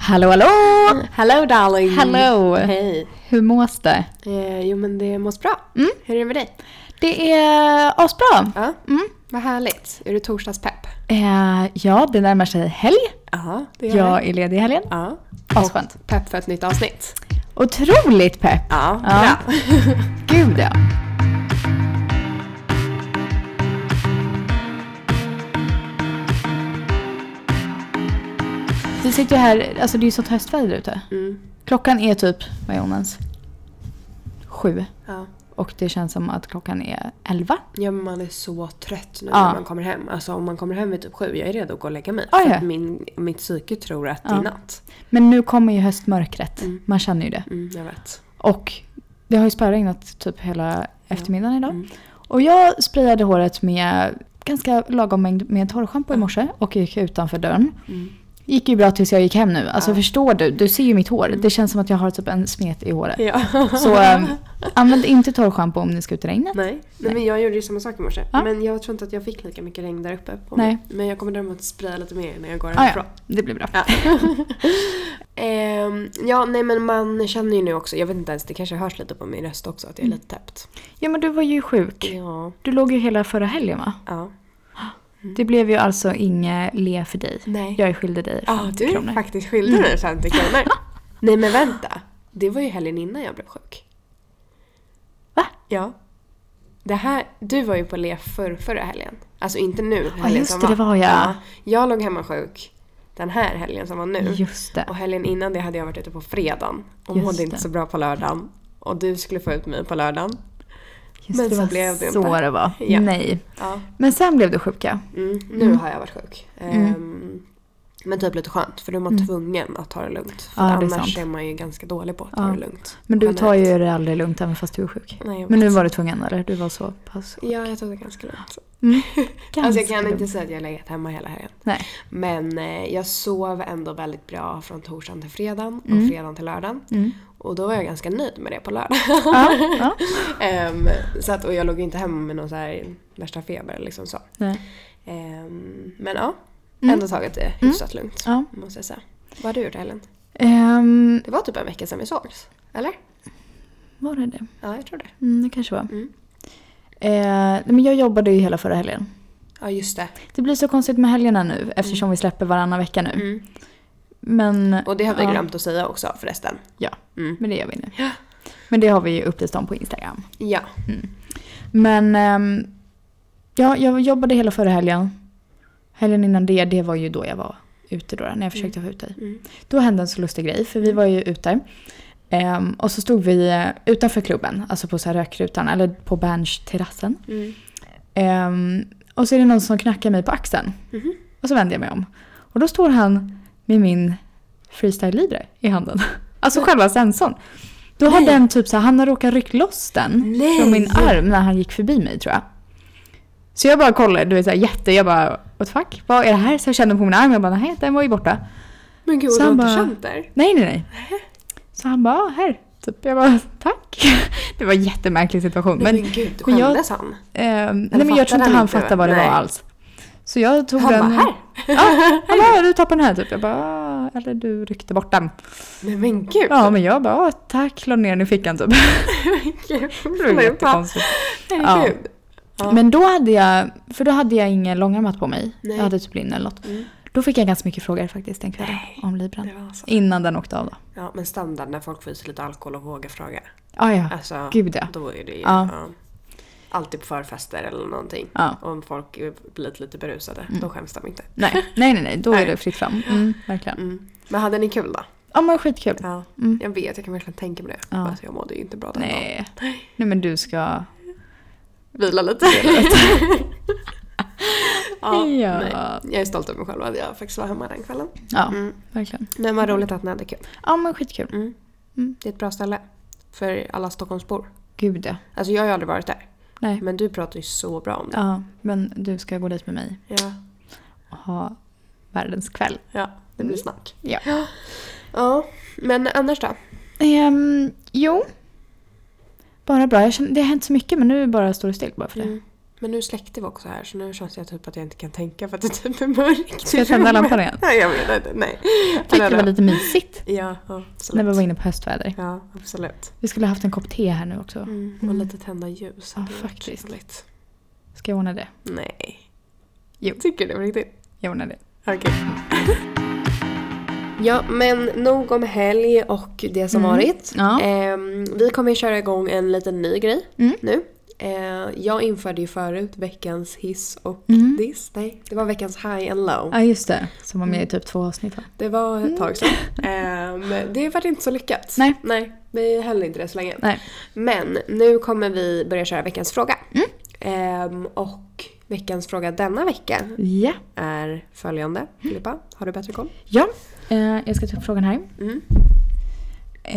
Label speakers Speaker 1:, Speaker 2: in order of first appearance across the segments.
Speaker 1: Hallå hallå!
Speaker 2: Hello darling!
Speaker 1: Hello!
Speaker 2: Hej!
Speaker 1: Hur mås det?
Speaker 2: Eh, jo men det mås bra.
Speaker 1: Mm.
Speaker 2: Hur är det med dig?
Speaker 1: Det är asbra!
Speaker 2: Ja,
Speaker 1: Mm.
Speaker 2: vad härligt. Är du torsdagspepp?
Speaker 1: Eh, ja, det närmar sig helg.
Speaker 2: Ja, det gör
Speaker 1: Jag är ledig i helgen.
Speaker 2: Ja.
Speaker 1: Asskönt.
Speaker 2: Pepp för ett nytt avsnitt.
Speaker 1: Otroligt pepp!
Speaker 2: Ja,
Speaker 1: Ja.
Speaker 2: bra.
Speaker 1: Gud ja! Vi sitter ju här, alltså det är ju sånt höstväder ute.
Speaker 2: Mm.
Speaker 1: Klockan är typ, vad är hon ens? Sju.
Speaker 2: Ja.
Speaker 1: Och det känns som att klockan är elva.
Speaker 2: ja, men man är så trött nu
Speaker 1: Ja.
Speaker 2: när man kommer hem. Alltså om man kommer hem vid typ sju, jag är redo att gå och lägga mig.
Speaker 1: Oj.
Speaker 2: För att min, mitt psyke tror att det
Speaker 1: Ja.
Speaker 2: är natt.
Speaker 1: Men nu kommer ju höstmörkret.
Speaker 2: Mm.
Speaker 1: Man känner ju det.
Speaker 2: Mm, jag vet.
Speaker 1: Och det har ju spöregnat typ hela eftermiddagen idag.
Speaker 2: Mm.
Speaker 1: Och jag sprayade håret med ganska lagom mängd med torrschampo i morse och gick utanför dörren.
Speaker 2: Mm.
Speaker 1: Gick ju bra tills jag gick hem nu. Alltså
Speaker 2: Ja. Mm.
Speaker 1: förstår du? Du ser ju mitt hår. Det känns som att jag har typ en smet i håret.
Speaker 2: Ja.
Speaker 1: Så ehm, äm, använd inte torrschampo om ni ska ut i regnet.
Speaker 2: Nej. Nej, men jag gjorde ju samma sak i morse.
Speaker 1: Ja.
Speaker 2: Men jag tror inte att jag fick lika mycket regn där uppe. På
Speaker 1: Nej.
Speaker 2: Mig. Men jag kommer däremot spraya lite mer när jag går
Speaker 1: Ah,
Speaker 2: härifrån.
Speaker 1: ja, det blir bra.
Speaker 2: Ja. Ehm, ja, nej men man känner ju nu också, jag vet inte ens, det kanske hörs lite på min röst också att jag är
Speaker 1: Mm.
Speaker 2: lite täppt.
Speaker 1: Ja men du var ju sjuk.
Speaker 2: Ja.
Speaker 1: Du låg ju hela förra helgen va?
Speaker 2: Ja.
Speaker 1: Det blev ju alltså inget le för dig.
Speaker 2: Mm. Nej.
Speaker 1: Jag är skyldig dig
Speaker 2: Ja, du
Speaker 1: 50
Speaker 2: är
Speaker 1: kronor.
Speaker 2: faktiskt skyldig
Speaker 1: Mm.
Speaker 2: mig 50 kronor. nej men vänta, det var ju helgen innan jag blev sjuk.
Speaker 1: Va?
Speaker 2: Ja. Det här, du var ju på LEF för, förra helgen. Alltså inte nu, helgen
Speaker 1: just
Speaker 2: som
Speaker 1: det, det var jag.
Speaker 2: Jag låg hemma sjuk den här helgen som var nu.
Speaker 1: Just det.
Speaker 2: Och helgen innan det hade jag varit ute på fredagen och
Speaker 1: Just
Speaker 2: mådde inte
Speaker 1: det.
Speaker 2: så bra på lördagen. Och du skulle få ut mig på lördagen.
Speaker 1: Just
Speaker 2: Men
Speaker 1: det
Speaker 2: så
Speaker 1: var
Speaker 2: blev det
Speaker 1: så
Speaker 2: inte.
Speaker 1: det var.
Speaker 2: Ja.
Speaker 1: Nej.
Speaker 2: Ja.
Speaker 1: Men sen blev du sjuka.
Speaker 2: Mm, nu har jag varit sjuk.
Speaker 1: Mm.
Speaker 2: Ehm, men typ lite skönt för då är man tvungen att ta det lugnt. För
Speaker 1: Ja, det är
Speaker 2: annars
Speaker 1: sant.
Speaker 2: är man ju ganska dålig på att ta
Speaker 1: Ja.
Speaker 2: det lugnt.
Speaker 1: Men du tar
Speaker 2: Generellt.
Speaker 1: ju det aldrig lugnt även fast du är sjuk.
Speaker 2: Nej, jag
Speaker 1: Men nu
Speaker 2: vet.
Speaker 1: var du tvungen eller? Du var så pass...
Speaker 2: Ja, jag tog det ganska lugnt.
Speaker 1: Mm.
Speaker 2: Alltså jag kan
Speaker 1: Ganska
Speaker 2: inte
Speaker 1: lugnt.
Speaker 2: säga att jag har legat hemma hela helgen.
Speaker 1: Nej.
Speaker 2: Men eh, jag sov ändå väldigt bra från torsdagen till fredagen och
Speaker 1: Mm.
Speaker 2: fredagen till lördagen.
Speaker 1: Mm.
Speaker 2: Och då var jag ganska nöjd med det på lördag.
Speaker 1: Ja, ja.
Speaker 2: Ehm, så att, och jag låg ju inte hemma med någon så här värsta feber liksom så.
Speaker 1: Nej.
Speaker 2: Ehm, men ja,
Speaker 1: Mm.
Speaker 2: ändå tagit det hyfsat lugnt.
Speaker 1: Ja.
Speaker 2: Måste jag säga. Vad har du gjort i helgen?
Speaker 1: Ehm,
Speaker 2: Det var typ en vecka sedan vi sågs. Eller?
Speaker 1: var det det?
Speaker 2: Ja, jag tror det.
Speaker 1: Mm, det kanske var.
Speaker 2: Mm.
Speaker 1: Eh, nej, men jag jobbade ju hela förra helgen.
Speaker 2: Ja, just det.
Speaker 1: Det blir så konstigt med helgerna nu eftersom vi släpper varannan vecka nu.
Speaker 2: Mm.
Speaker 1: Men,
Speaker 2: Och det har vi
Speaker 1: ja,
Speaker 2: glömt att säga också förresten.
Speaker 1: Ja,
Speaker 2: Mm.
Speaker 1: men det gör vi nu.
Speaker 2: Ja.
Speaker 1: Men det har vi ju upplyst om på Instagram.
Speaker 2: Ja.
Speaker 1: Men ehm, ja, jag jobbade hela förra helgen. Helgen innan det, det var ju då jag var ute då, när jag försökte få ut dig.
Speaker 2: Mm.
Speaker 1: Då hände en så lustig grej, för vi var ju ute. Ehm, och så stod vi eh, utanför klubben, alltså på så här rökrutan, eller på benchterrassen.
Speaker 2: Mm.
Speaker 1: Ehm, och så är det någon som knackar mig på axeln.
Speaker 2: Mhm.
Speaker 1: Och så vänder jag mig om. Och då står han med min freestyle-lydre i handen. Alltså själva sensorn. Då har
Speaker 2: Nej.
Speaker 1: den typ så här, han har råkat rycka loss den
Speaker 2: Nej.
Speaker 1: från min arm när han gick förbi mig tror jag. Så jag bara kollar, du vet såhär jätte, jag bara what the fuck, vad är det här? Så jag kände på min arm, jag bara nej den var ju borta.
Speaker 2: Men gud,
Speaker 1: Så
Speaker 2: du har
Speaker 1: han
Speaker 2: inte
Speaker 1: bara-
Speaker 2: känt där?
Speaker 1: Nej nej nej. Så han bara "Ah, här, typ. Jag bara tack. Det var en jättemärklig situation.
Speaker 2: Men,
Speaker 1: Men,
Speaker 2: men gud,
Speaker 1: men jag-
Speaker 2: skämdes han?
Speaker 1: ehm, nej, men jag tror
Speaker 2: fattade
Speaker 1: inte
Speaker 2: han
Speaker 1: han
Speaker 2: inte, va?
Speaker 1: fattade vad det
Speaker 2: Nej.
Speaker 1: var alls. Så jag tog
Speaker 2: Han
Speaker 1: den.
Speaker 2: bara här?
Speaker 1: Ja, han bara, du tappade den här typ. Jag bara, "Ah, eller du ryckte bort den.
Speaker 2: Typ. Nej men gud!
Speaker 1: Ja, men jag bara, "Ah, tack, la ner den i fickan typ.
Speaker 2: Gud,
Speaker 1: Det var
Speaker 2: vad
Speaker 1: jättekonstigt.
Speaker 2: Herregud. Ja.
Speaker 1: Men då hade jag, för då hade jag ingen långärmat på mig.
Speaker 2: Nej.
Speaker 1: Jag hade typ linne eller något.
Speaker 2: Mm.
Speaker 1: Då fick jag ganska mycket frågor faktiskt den kvällen
Speaker 2: Nej.
Speaker 1: om libran.
Speaker 2: Det var så.
Speaker 1: Innan den åkte av då.
Speaker 2: Ja, men standard när folk får i sig lite alkohol och vågar fråga.
Speaker 1: Ah, ja,
Speaker 2: Alltså,
Speaker 1: Gud, ja.
Speaker 2: då är det ju
Speaker 1: Ja.
Speaker 2: ja, alltid på förfester eller någonting.
Speaker 1: ja.
Speaker 2: Om folk blir lite berusade,
Speaker 1: Mm.
Speaker 2: då skäms de inte.
Speaker 1: Nej, nej, nej, nej. då
Speaker 2: Nej.
Speaker 1: är det fritt fram. Mm, verkligen.
Speaker 2: Mm. Men hade ni kul då?
Speaker 1: Ja, men skitkul.
Speaker 2: Ja.
Speaker 1: Mm.
Speaker 2: Jag vet, jag kan verkligen tänka mig det.
Speaker 1: Ja.
Speaker 2: Alltså, jag mådde ju inte bra den dagen.
Speaker 1: Nej. nej, men du ska...
Speaker 2: Vila lite. ja,
Speaker 1: Ja.
Speaker 2: Nej. Jag är stolt över mig själv att jag faktiskt var hemma den kvällen.
Speaker 1: Ja,
Speaker 2: Mm.
Speaker 1: verkligen.
Speaker 2: Men vad roligt att ni hade kul.
Speaker 1: Ja, men skitkul.
Speaker 2: Mm.
Speaker 1: Mm.
Speaker 2: Det är ett bra ställe för alla Stockholmsbor.
Speaker 1: Gud ja.
Speaker 2: Alltså jag har ju aldrig varit där.
Speaker 1: Nej.
Speaker 2: Men du pratar ju så bra om det.
Speaker 1: Ja, men du ska gå dit med mig
Speaker 2: Ja.
Speaker 1: och ha världens kväll.
Speaker 2: Ja, det blir snack.
Speaker 1: Mm. Ja.
Speaker 2: Ja, men annars då?
Speaker 1: Ehm, jo. Bara bra. Jag känner, det har hänt så mycket men nu bara står det still bara för det.
Speaker 2: Mm. Men nu släckte vi också här så nu känns jag typ att jag inte kan tänka för att det typ är mörkt.
Speaker 1: Ska jag tända lampan igen?
Speaker 2: Nej jag menar inte, nej.
Speaker 1: Jag tyckte det var lite mysigt
Speaker 2: Ja,
Speaker 1: när
Speaker 2: absolut.
Speaker 1: vi var inne på höstväder.
Speaker 2: Ja, absolut.
Speaker 1: Vi skulle haft en kopp te här nu också.
Speaker 2: Mm. Och
Speaker 1: Mm.
Speaker 2: lite tända ljus.
Speaker 1: Ja,
Speaker 2: hade ju varit
Speaker 1: faktiskt.
Speaker 2: trevligt.
Speaker 1: Ska jag ordna det?
Speaker 2: Nej.
Speaker 1: Jo.
Speaker 2: Tycker du på riktigt?
Speaker 1: Jag ordnar det.
Speaker 2: Okej. ja, men nog om helg och det som
Speaker 1: Mm.
Speaker 2: varit.
Speaker 1: Ja.
Speaker 2: Ehm, vi kommer ju köra igång en liten ny grej
Speaker 1: Mm.
Speaker 2: nu. Eh, jag införde ju förut veckans hiss och
Speaker 1: Mm.
Speaker 2: diss. Nej, det var veckans high and low.
Speaker 1: Ja just det, som var med i typ två avsnitt va?
Speaker 2: Det var ett tag sedan. Ehm, det var inte så lyckat.
Speaker 1: Nej.
Speaker 2: Nej, vi höll inte det så länge.
Speaker 1: Nej.
Speaker 2: Men nu kommer vi börja köra veckans fråga. Ehm, och veckans fråga denna vecka
Speaker 1: Ja.
Speaker 2: är följande. Filippa, har du bättre koll?
Speaker 1: Ja, eh, jag ska ta upp frågan här.
Speaker 2: Mm.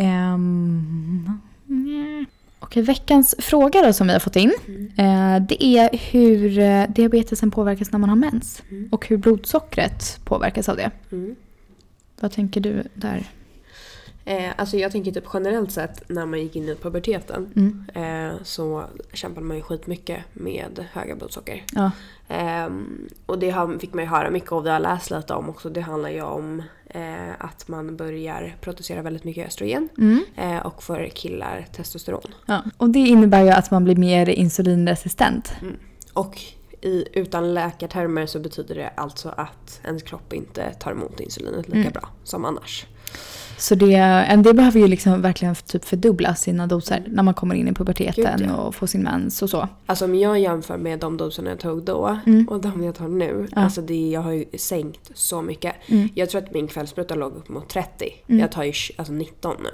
Speaker 1: Ehm, nja. Okej, veckans fråga då som vi har fått in.
Speaker 2: Mm.
Speaker 1: Eh, det är hur eh, diabetesen påverkas när man har mens.
Speaker 2: Mm.
Speaker 1: Och hur blodsockret påverkas av det.
Speaker 2: Mm.
Speaker 1: Vad tänker du där?
Speaker 2: Eh, alltså jag tänker typ generellt sett när man gick in i puberteten
Speaker 1: Mm.
Speaker 2: eh, så kämpade man ju skitmycket med höga blodsocker.
Speaker 1: Ja.
Speaker 2: Ehm, och det har, fick man ju höra mycket av, det har jag läst lite om också. Det handlar ju om eh, att man börjar producera väldigt mycket östrogen.
Speaker 1: Mm.
Speaker 2: Eh, och för killar testosteron.
Speaker 1: ja. Och det innebär ju att man blir mer insulinresistent.
Speaker 2: Och i, utan läkartermer så betyder det alltså att ens kropp inte tar emot insulinet lika
Speaker 1: Mm.
Speaker 2: bra som annars.
Speaker 1: Så det, en del behöver ju liksom verkligen typ fördubbla sina doser när man kommer in i puberteten
Speaker 2: Gud, ja.
Speaker 1: och får sin mens och så.
Speaker 2: Alltså om jag jämför med de doserna jag tog då
Speaker 1: Mm.
Speaker 2: och de jag tar nu.
Speaker 1: Ja.
Speaker 2: Alltså det, jag har ju sänkt så mycket.
Speaker 1: Mm.
Speaker 2: Jag tror att min kvällspruta låg upp mot 30.
Speaker 1: Mm.
Speaker 2: Jag tar ju tj- alltså 19 nu.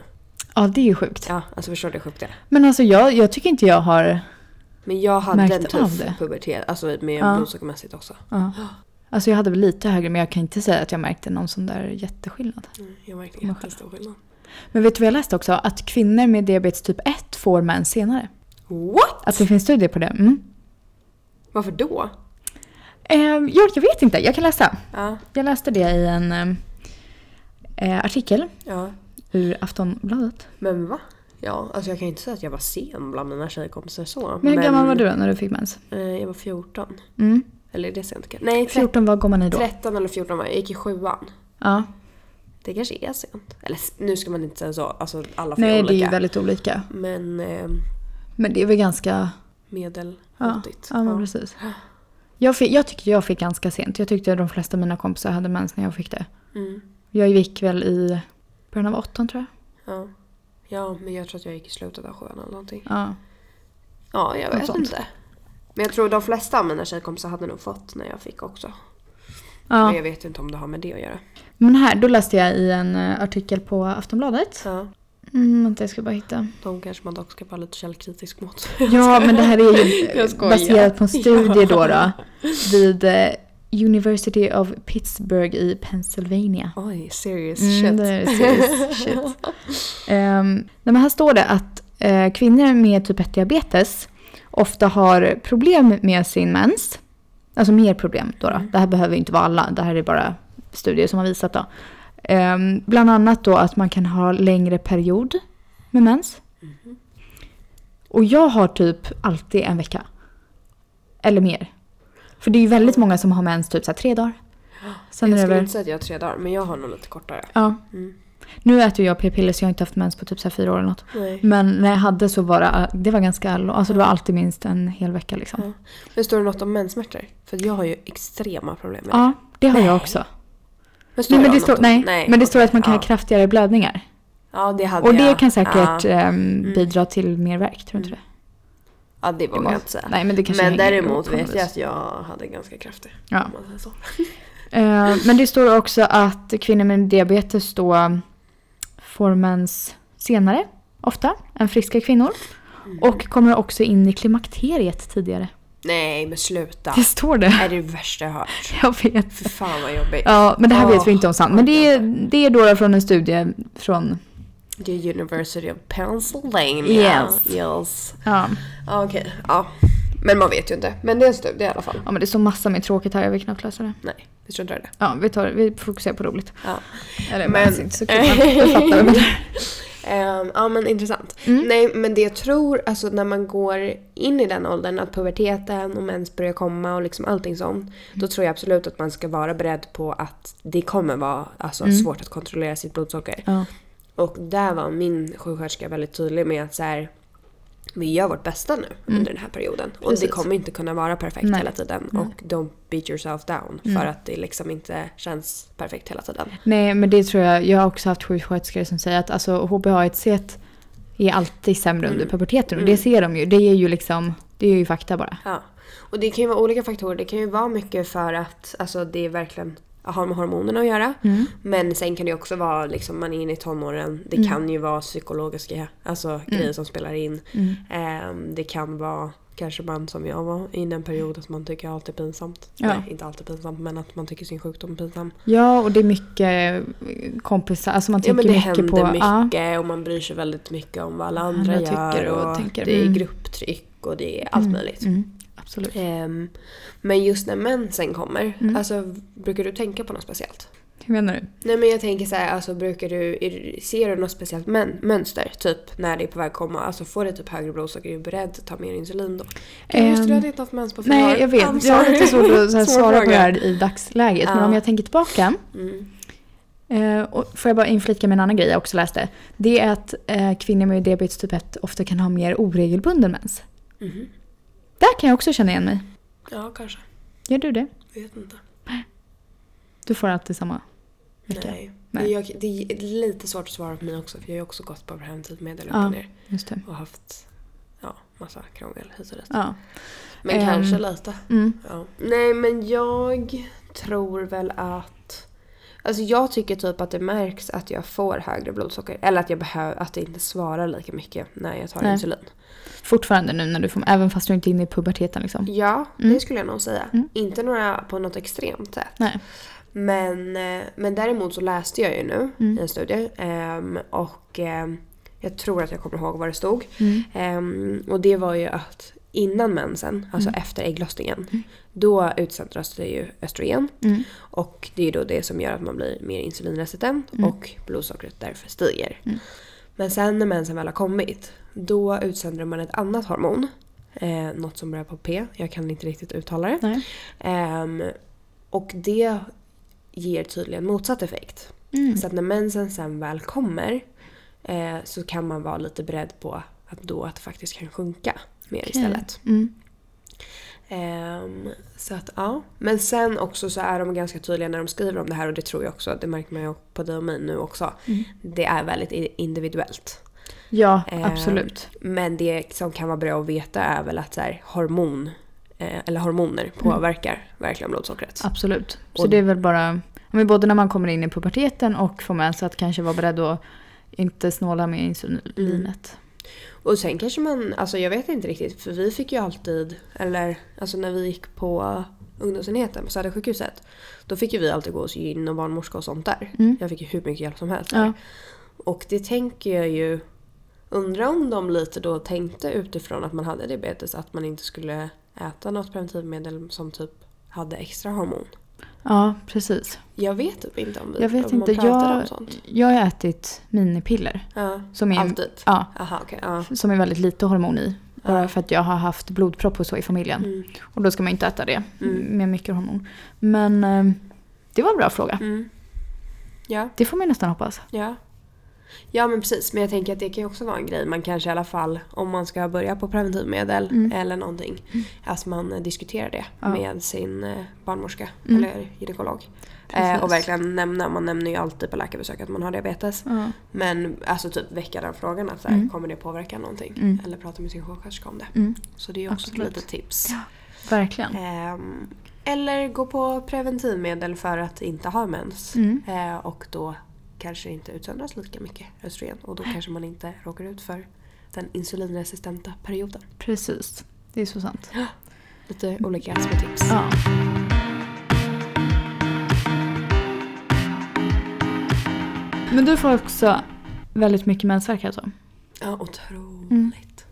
Speaker 1: Ja, det är ju sjukt.
Speaker 2: Ja, alltså förstår du hur sjukt det är?
Speaker 1: Men alltså jag, jag tycker inte jag har...
Speaker 2: Men jag hade
Speaker 1: Märkte
Speaker 2: en
Speaker 1: av
Speaker 2: tuff
Speaker 1: det.
Speaker 2: pubertet, alltså med
Speaker 1: Ja.
Speaker 2: blodsockermässigt också.
Speaker 1: Ja. Alltså jag hade väl lite högre men jag kan inte säga att jag märkte någon sån där jätteskillnad.
Speaker 2: Mm, Jag märkte
Speaker 1: Får man
Speaker 2: jättestor skillnad.
Speaker 1: Men vet du vad jag läste också? Att kvinnor med diabetes typ 1 får mens senare.
Speaker 2: What?
Speaker 1: Att det finns studier på det. Mm.
Speaker 2: Varför då?
Speaker 1: Eh, jag, jag vet inte, jag kan läsa.
Speaker 2: Ja,
Speaker 1: Jag läste det i en eh, eh, artikel
Speaker 2: ja.
Speaker 1: ur Aftonbladet.
Speaker 2: Men va? Ja, alltså jag kan ju inte säga att jag var sen bland mina tjejkompisar så.
Speaker 1: Men hur gammal var du då när du fick mens?
Speaker 2: Eh, jag var 14.
Speaker 1: Mm.
Speaker 2: Eller är det sent kanske? Nej, 13,
Speaker 1: 14 var går man i då?
Speaker 2: 13 eller 14 var jag. Jag gick i sjuan.
Speaker 1: Ja.
Speaker 2: Det kanske är sent. Eller s- nu ska man inte säga så, alltså alla får ju
Speaker 1: Nej, det är
Speaker 2: olika.
Speaker 1: ju väldigt olika.
Speaker 2: Men eh,
Speaker 1: Men det är väl ganska... Ja,
Speaker 2: medelmåttigt.
Speaker 1: ja, men precis. Jag, fick, jag tyckte jag fick ganska sent. Jag tyckte de flesta av mina kompisar hade mens när jag fick det.
Speaker 2: Mm,
Speaker 1: Jag gick väl i början av åttan tror jag.
Speaker 2: ja. ja, men jag tror att jag gick i slutet av sjuan eller någonting.
Speaker 1: Ja.
Speaker 2: Ja, jag
Speaker 1: Något
Speaker 2: vet
Speaker 1: sånt.
Speaker 2: inte. Men jag tror de flesta av mina tjejkompisar hade nog fått när jag fick också. Men
Speaker 1: ja.
Speaker 2: jag vet inte om det har med det att göra.
Speaker 1: Men här, då läste jag i en eh, artikel på Aftonbladet.
Speaker 2: Ja,
Speaker 1: Mm, vänta, jag ska bara hitta.
Speaker 2: de kanske man dock ska vara lite källkritisk mot.
Speaker 1: Ja, men det här är ju
Speaker 2: Jag
Speaker 1: eh,
Speaker 2: skojar.
Speaker 1: baserat på en studie då, då vid eh, University of Pittsburgh i Pennsylvania.
Speaker 2: Oj, serious
Speaker 1: Mm,
Speaker 2: shit.
Speaker 1: det är serious shit. Ehm, nej, men här står det att eh, kvinnor med typ 1-diabetes ofta har problem med sin mens. Alltså mer problem då.
Speaker 2: Mm.
Speaker 1: då. Det här behöver ju inte vara alla, det här är bara studier som har visat då. Ehm, bland annat då att man kan ha längre period med mens.
Speaker 2: Mm-hmm.
Speaker 1: Och jag har typ alltid en vecka. Eller mer. För det är ju väldigt många som har mens typ så här tre dagar. Sen
Speaker 2: jag
Speaker 1: är det
Speaker 2: skulle
Speaker 1: över.
Speaker 2: inte säga att jag har tre dagar, men jag har nog lite kortare.
Speaker 1: Ja.
Speaker 2: Mm.
Speaker 1: Nu äter ju jag p-piller så jag har inte haft mens på typ så här fyra år eller något.
Speaker 2: Nej.
Speaker 1: Men när jag hade så var det, äh, det var ganska all, alltså det var alltid minst en hel vecka liksom.
Speaker 2: Ja. Men står det något om menssmärtor? För jag har ju extrema problem med det.
Speaker 1: Ja, det har jag
Speaker 2: Nej.
Speaker 1: också.
Speaker 2: Men står
Speaker 1: Nej, men
Speaker 2: om
Speaker 1: det
Speaker 2: något
Speaker 1: står,
Speaker 2: om-
Speaker 1: nej, men det
Speaker 2: okej,
Speaker 1: står att man kan
Speaker 2: ja.
Speaker 1: ha kraftigare blödningar.
Speaker 2: Ja, det hade
Speaker 1: Och det
Speaker 2: jag.
Speaker 1: kan säkert
Speaker 2: Ja, Mm.
Speaker 1: ehm, bidra till mer värk, tror du inte det?
Speaker 2: ja det vågar
Speaker 1: var-
Speaker 2: jag inte säga.
Speaker 1: Nej, men det kanske
Speaker 2: men
Speaker 1: hänger ihop
Speaker 2: däremot
Speaker 1: på något
Speaker 2: vet
Speaker 1: vis.
Speaker 2: jag att jag hade ganska kraftig.
Speaker 1: Ja.
Speaker 2: om man säger så.
Speaker 1: Eh, men det står också att kvinnor med diabetes då får mens senare, ofta, än friska kvinnor.
Speaker 2: Mm.
Speaker 1: Och kommer också in i klimakteriet tidigare.
Speaker 2: Nej, men sluta.
Speaker 1: Det står det.
Speaker 2: är det värsta jag har hört.
Speaker 1: Jag vet.
Speaker 2: Fy fan vad jobbigt.
Speaker 1: Ja, men det här vet vi
Speaker 2: Åh,
Speaker 1: inte om sant. Men det är, det är då från en studie från...
Speaker 2: The University of Pennsylvania.
Speaker 1: Yes.
Speaker 2: yes.
Speaker 1: Ja,
Speaker 2: Ja, Okej, ja. Men man vet ju inte. Men det är en studie i alla fall.
Speaker 1: ja men det står massa med tråkigt här. Jag vill knappt läsa det.
Speaker 2: Nej, vi tror inte det.
Speaker 1: Ja, vi, tar, vi fokuserar på roligt.
Speaker 2: Ja.
Speaker 1: Eller
Speaker 2: Men-
Speaker 1: men... inte så kul, men jag fattar vad du menar.
Speaker 2: Ehm, ja men intressant.
Speaker 1: Mm.
Speaker 2: Nej men det jag tror, alltså när man går in i den åldern, att puberteten och mens börjar komma och liksom allting sånt. Då tror jag absolut att man ska vara beredd på att det kommer vara alltså,
Speaker 1: Mm.
Speaker 2: svårt att kontrollera sitt blodsocker.
Speaker 1: Ja.
Speaker 2: Och där var min sjuksköterska väldigt tydlig med att så här, vi gör vårt bästa nu under den här perioden. Och
Speaker 1: Mm. Precis.
Speaker 2: det kommer inte kunna vara perfekt
Speaker 1: Nej. Mm.
Speaker 2: hela tiden. Och don't beat yourself down för att det liksom inte känns perfekt hela tiden.
Speaker 1: Nej, men det tror jag. Jag har också haft sjuksköterskor som säger att alltså, HBA1C är alltid sämre
Speaker 2: Mm.
Speaker 1: under puberteten. Och det ser de ju. Det är ju liksom, det är ju fakta bara.
Speaker 2: Ja. Och det kan ju vara olika faktorer. Det kan ju vara mycket för att alltså, det är verkligen har med hormonerna att göra. Men sen kan det ju också vara liksom man är inne i tonåren. Det
Speaker 1: Mm.
Speaker 2: kan ju vara psykologiska alltså, grejer som spelar in.
Speaker 1: Mm.
Speaker 2: Ehm, det kan vara kanske man som jag var i en period att man tycker allt är pinsamt.
Speaker 1: Ja.
Speaker 2: Nej, inte allt är pinsamt men att man tycker sin sjukdom är pinsam.
Speaker 1: Ja, och det är mycket kompisar. Alltså man
Speaker 2: Ja
Speaker 1: tänker
Speaker 2: men det händer
Speaker 1: mycket på... Ja,
Speaker 2: mycket och man bryr sig väldigt mycket om vad alla andra,
Speaker 1: Andra
Speaker 2: gör.
Speaker 1: tycker och
Speaker 2: och
Speaker 1: tänker.
Speaker 2: Det är
Speaker 1: Mm.
Speaker 2: grupptryck och det är allt möjligt.
Speaker 1: mm, absolut.
Speaker 2: Ehm, men just när mensen kommer,
Speaker 1: Mm.
Speaker 2: alltså brukar du tänka på något speciellt?
Speaker 1: Hur menar du?
Speaker 2: Nej men jag tänker så här, alltså brukar du, är- ser du något speciellt mön, mönster? Typ när det är på väg att komma, alltså får du typ högre blodsocker, är du beredd att ta mer insulin då? Gud, just det, du
Speaker 1: Ehm,
Speaker 2: hade inte haft mens på fyra år.
Speaker 1: Nej, jag
Speaker 2: I'm
Speaker 1: vet. Jag har
Speaker 2: sorry.
Speaker 1: lite svårt att så här,
Speaker 2: Svår
Speaker 1: svara på
Speaker 2: fråga.
Speaker 1: det här i dagsläget. Men
Speaker 2: Ja.
Speaker 1: om jag tänker tillbaka.
Speaker 2: Mm.
Speaker 1: Eh, och får jag bara inflika med en annan grej jag också läste. Det är att eh, kvinnor med diabetes typ 1 ofta kan ha mer oregelbunden mens.
Speaker 2: Mhm.
Speaker 1: Där kan jag också känna igen mig.
Speaker 2: Ja, kanske.
Speaker 1: Gör du det?
Speaker 2: Jag vet inte.
Speaker 1: Du får alltid samma vecka.
Speaker 2: Nej.
Speaker 1: Nej.
Speaker 2: Jag, det är lite svårt att svara på mig också för jag har ju också gått på preventivmedel upp och
Speaker 1: Ja.
Speaker 2: ner
Speaker 1: Just det.
Speaker 2: och haft ja, massa krångel hit och dit.
Speaker 1: Ja.
Speaker 2: Men
Speaker 1: Ehm.
Speaker 2: kanske lite.
Speaker 1: Mm.
Speaker 2: Ja. Nej men jag tror väl att... Alltså jag tycker typ att det märks att jag får högre blodsocker. Eller att jag behöver, att det inte svarar lika mycket när jag tar
Speaker 1: Nej.
Speaker 2: insulin.
Speaker 1: Fortfarande nu när du får, även fast du inte är inne i puberteten liksom.
Speaker 2: Ja,
Speaker 1: Mm.
Speaker 2: det skulle jag nog säga.
Speaker 1: Mm.
Speaker 2: Inte några på något extremt sätt.
Speaker 1: Nej.
Speaker 2: Men, eh, men däremot så läste jag ju nu
Speaker 1: Mm.
Speaker 2: i en studie. ehm, och ehm, jag tror att jag kommer ihåg vad det stod.
Speaker 1: Mm.
Speaker 2: Ehm, och det var ju att innan mensen, alltså
Speaker 1: Mm.
Speaker 2: efter ägglossningen, då utsöndras det ju östrogen.
Speaker 1: Mm.
Speaker 2: Och det är ju då det som gör att man blir mer insulinresistent och blodsockret därför stiger. Men sen när mensen väl har kommit, då utsöndrar man ett annat hormon. Eh, något som börjar på P, jag kan inte riktigt uttala det.
Speaker 1: Nej.
Speaker 2: Ehm, och det ger tydligen motsatt effekt.
Speaker 1: Mm.
Speaker 2: Så att när mensen sen väl kommer eh, så kan man vara lite beredd på att då att det faktiskt kan sjunka mer istället.
Speaker 1: Mm.
Speaker 2: Ehm, så att ja. Men sen också så är de ganska tydliga när de skriver om det här och det tror jag också, det märker man ju på dig och mig nu också. Det är väldigt i- individuellt.
Speaker 1: Mm. Ja,
Speaker 2: Ehm,
Speaker 1: absolut.
Speaker 2: Men det som kan vara bra att veta är väl att så här, hormon eh, eller hormoner
Speaker 1: Mm.
Speaker 2: påverkar verkligen blodsockret.
Speaker 1: Absolut. Så
Speaker 2: Och-
Speaker 1: det är väl bara, men både när man kommer in i puberteten och får mens, så att kanske vara beredd att inte snåla med insulinet.
Speaker 2: Och sen kanske man, alltså jag vet inte riktigt för vi fick ju alltid, eller alltså när vi gick på ungdomsenheten på Södersjukhuset. Då fick ju vi alltid gå hos gyn och barnmorska och sånt där.
Speaker 1: Mm.
Speaker 2: Jag fick ju hur mycket hjälp som helst.
Speaker 1: Ja.
Speaker 2: Och det tänker jag ju, undrar om de lite då tänkte utifrån att man hade diabetes att man inte skulle äta något preventivmedel som typ hade extra hormon.
Speaker 1: Ja, precis.
Speaker 2: Jag vet typ inte om vi
Speaker 1: Jag vet
Speaker 2: om
Speaker 1: inte.
Speaker 2: man pratar om
Speaker 1: Jag,
Speaker 2: sånt.
Speaker 1: jag har ätit minipiller.
Speaker 2: Ja,
Speaker 1: Som är,
Speaker 2: alltid.
Speaker 1: Ja,
Speaker 2: Aha, okej. ja.
Speaker 1: som är väldigt lite hormon i. Bara för att jag har haft blodpropp och så i familjen.
Speaker 2: Mm.
Speaker 1: Och då ska man inte äta det
Speaker 2: Mm.
Speaker 1: med mycket hormon. Men eh, det var en bra fråga.
Speaker 2: Mm. Ja.
Speaker 1: Det får man nästan hoppas.
Speaker 2: Ja. Ja men precis, men jag tänker att det kan ju också vara en grej. Man kanske i alla fall, om man ska börja på preventivmedel eller någonting, att man eh, diskuterar det
Speaker 1: Mm. Ja.
Speaker 2: med sin eh, barnmorska
Speaker 1: Mm.
Speaker 2: eller gynekolog.
Speaker 1: Precis.
Speaker 2: Eh, och verkligen nämna, man nämner ju alltid på läkarbesök att man har diabetes. Men alltså typ väcka den frågan, att så här, kommer det påverka någonting?
Speaker 1: Mm.
Speaker 2: Eller prata med sin sjuksköterska om det.
Speaker 1: Mm.
Speaker 2: Så det är ju också ett
Speaker 1: Absolut.
Speaker 2: litet tips.
Speaker 1: Verkligen.
Speaker 2: Ehm, eller gå på preventivmedel för att inte ha mens.
Speaker 1: Mm.
Speaker 2: Eh, och då kanske det inte utsöndras lika mycket östrogen och då kanske man inte råkar ut för den insulinresistenta perioden.
Speaker 1: Precis. Det är så sant.
Speaker 2: Lite olika små tips.
Speaker 1: Mm. Ja. Men du får också väldigt mycket mensvärk alltså? Mm.
Speaker 2: Ja, otroligt.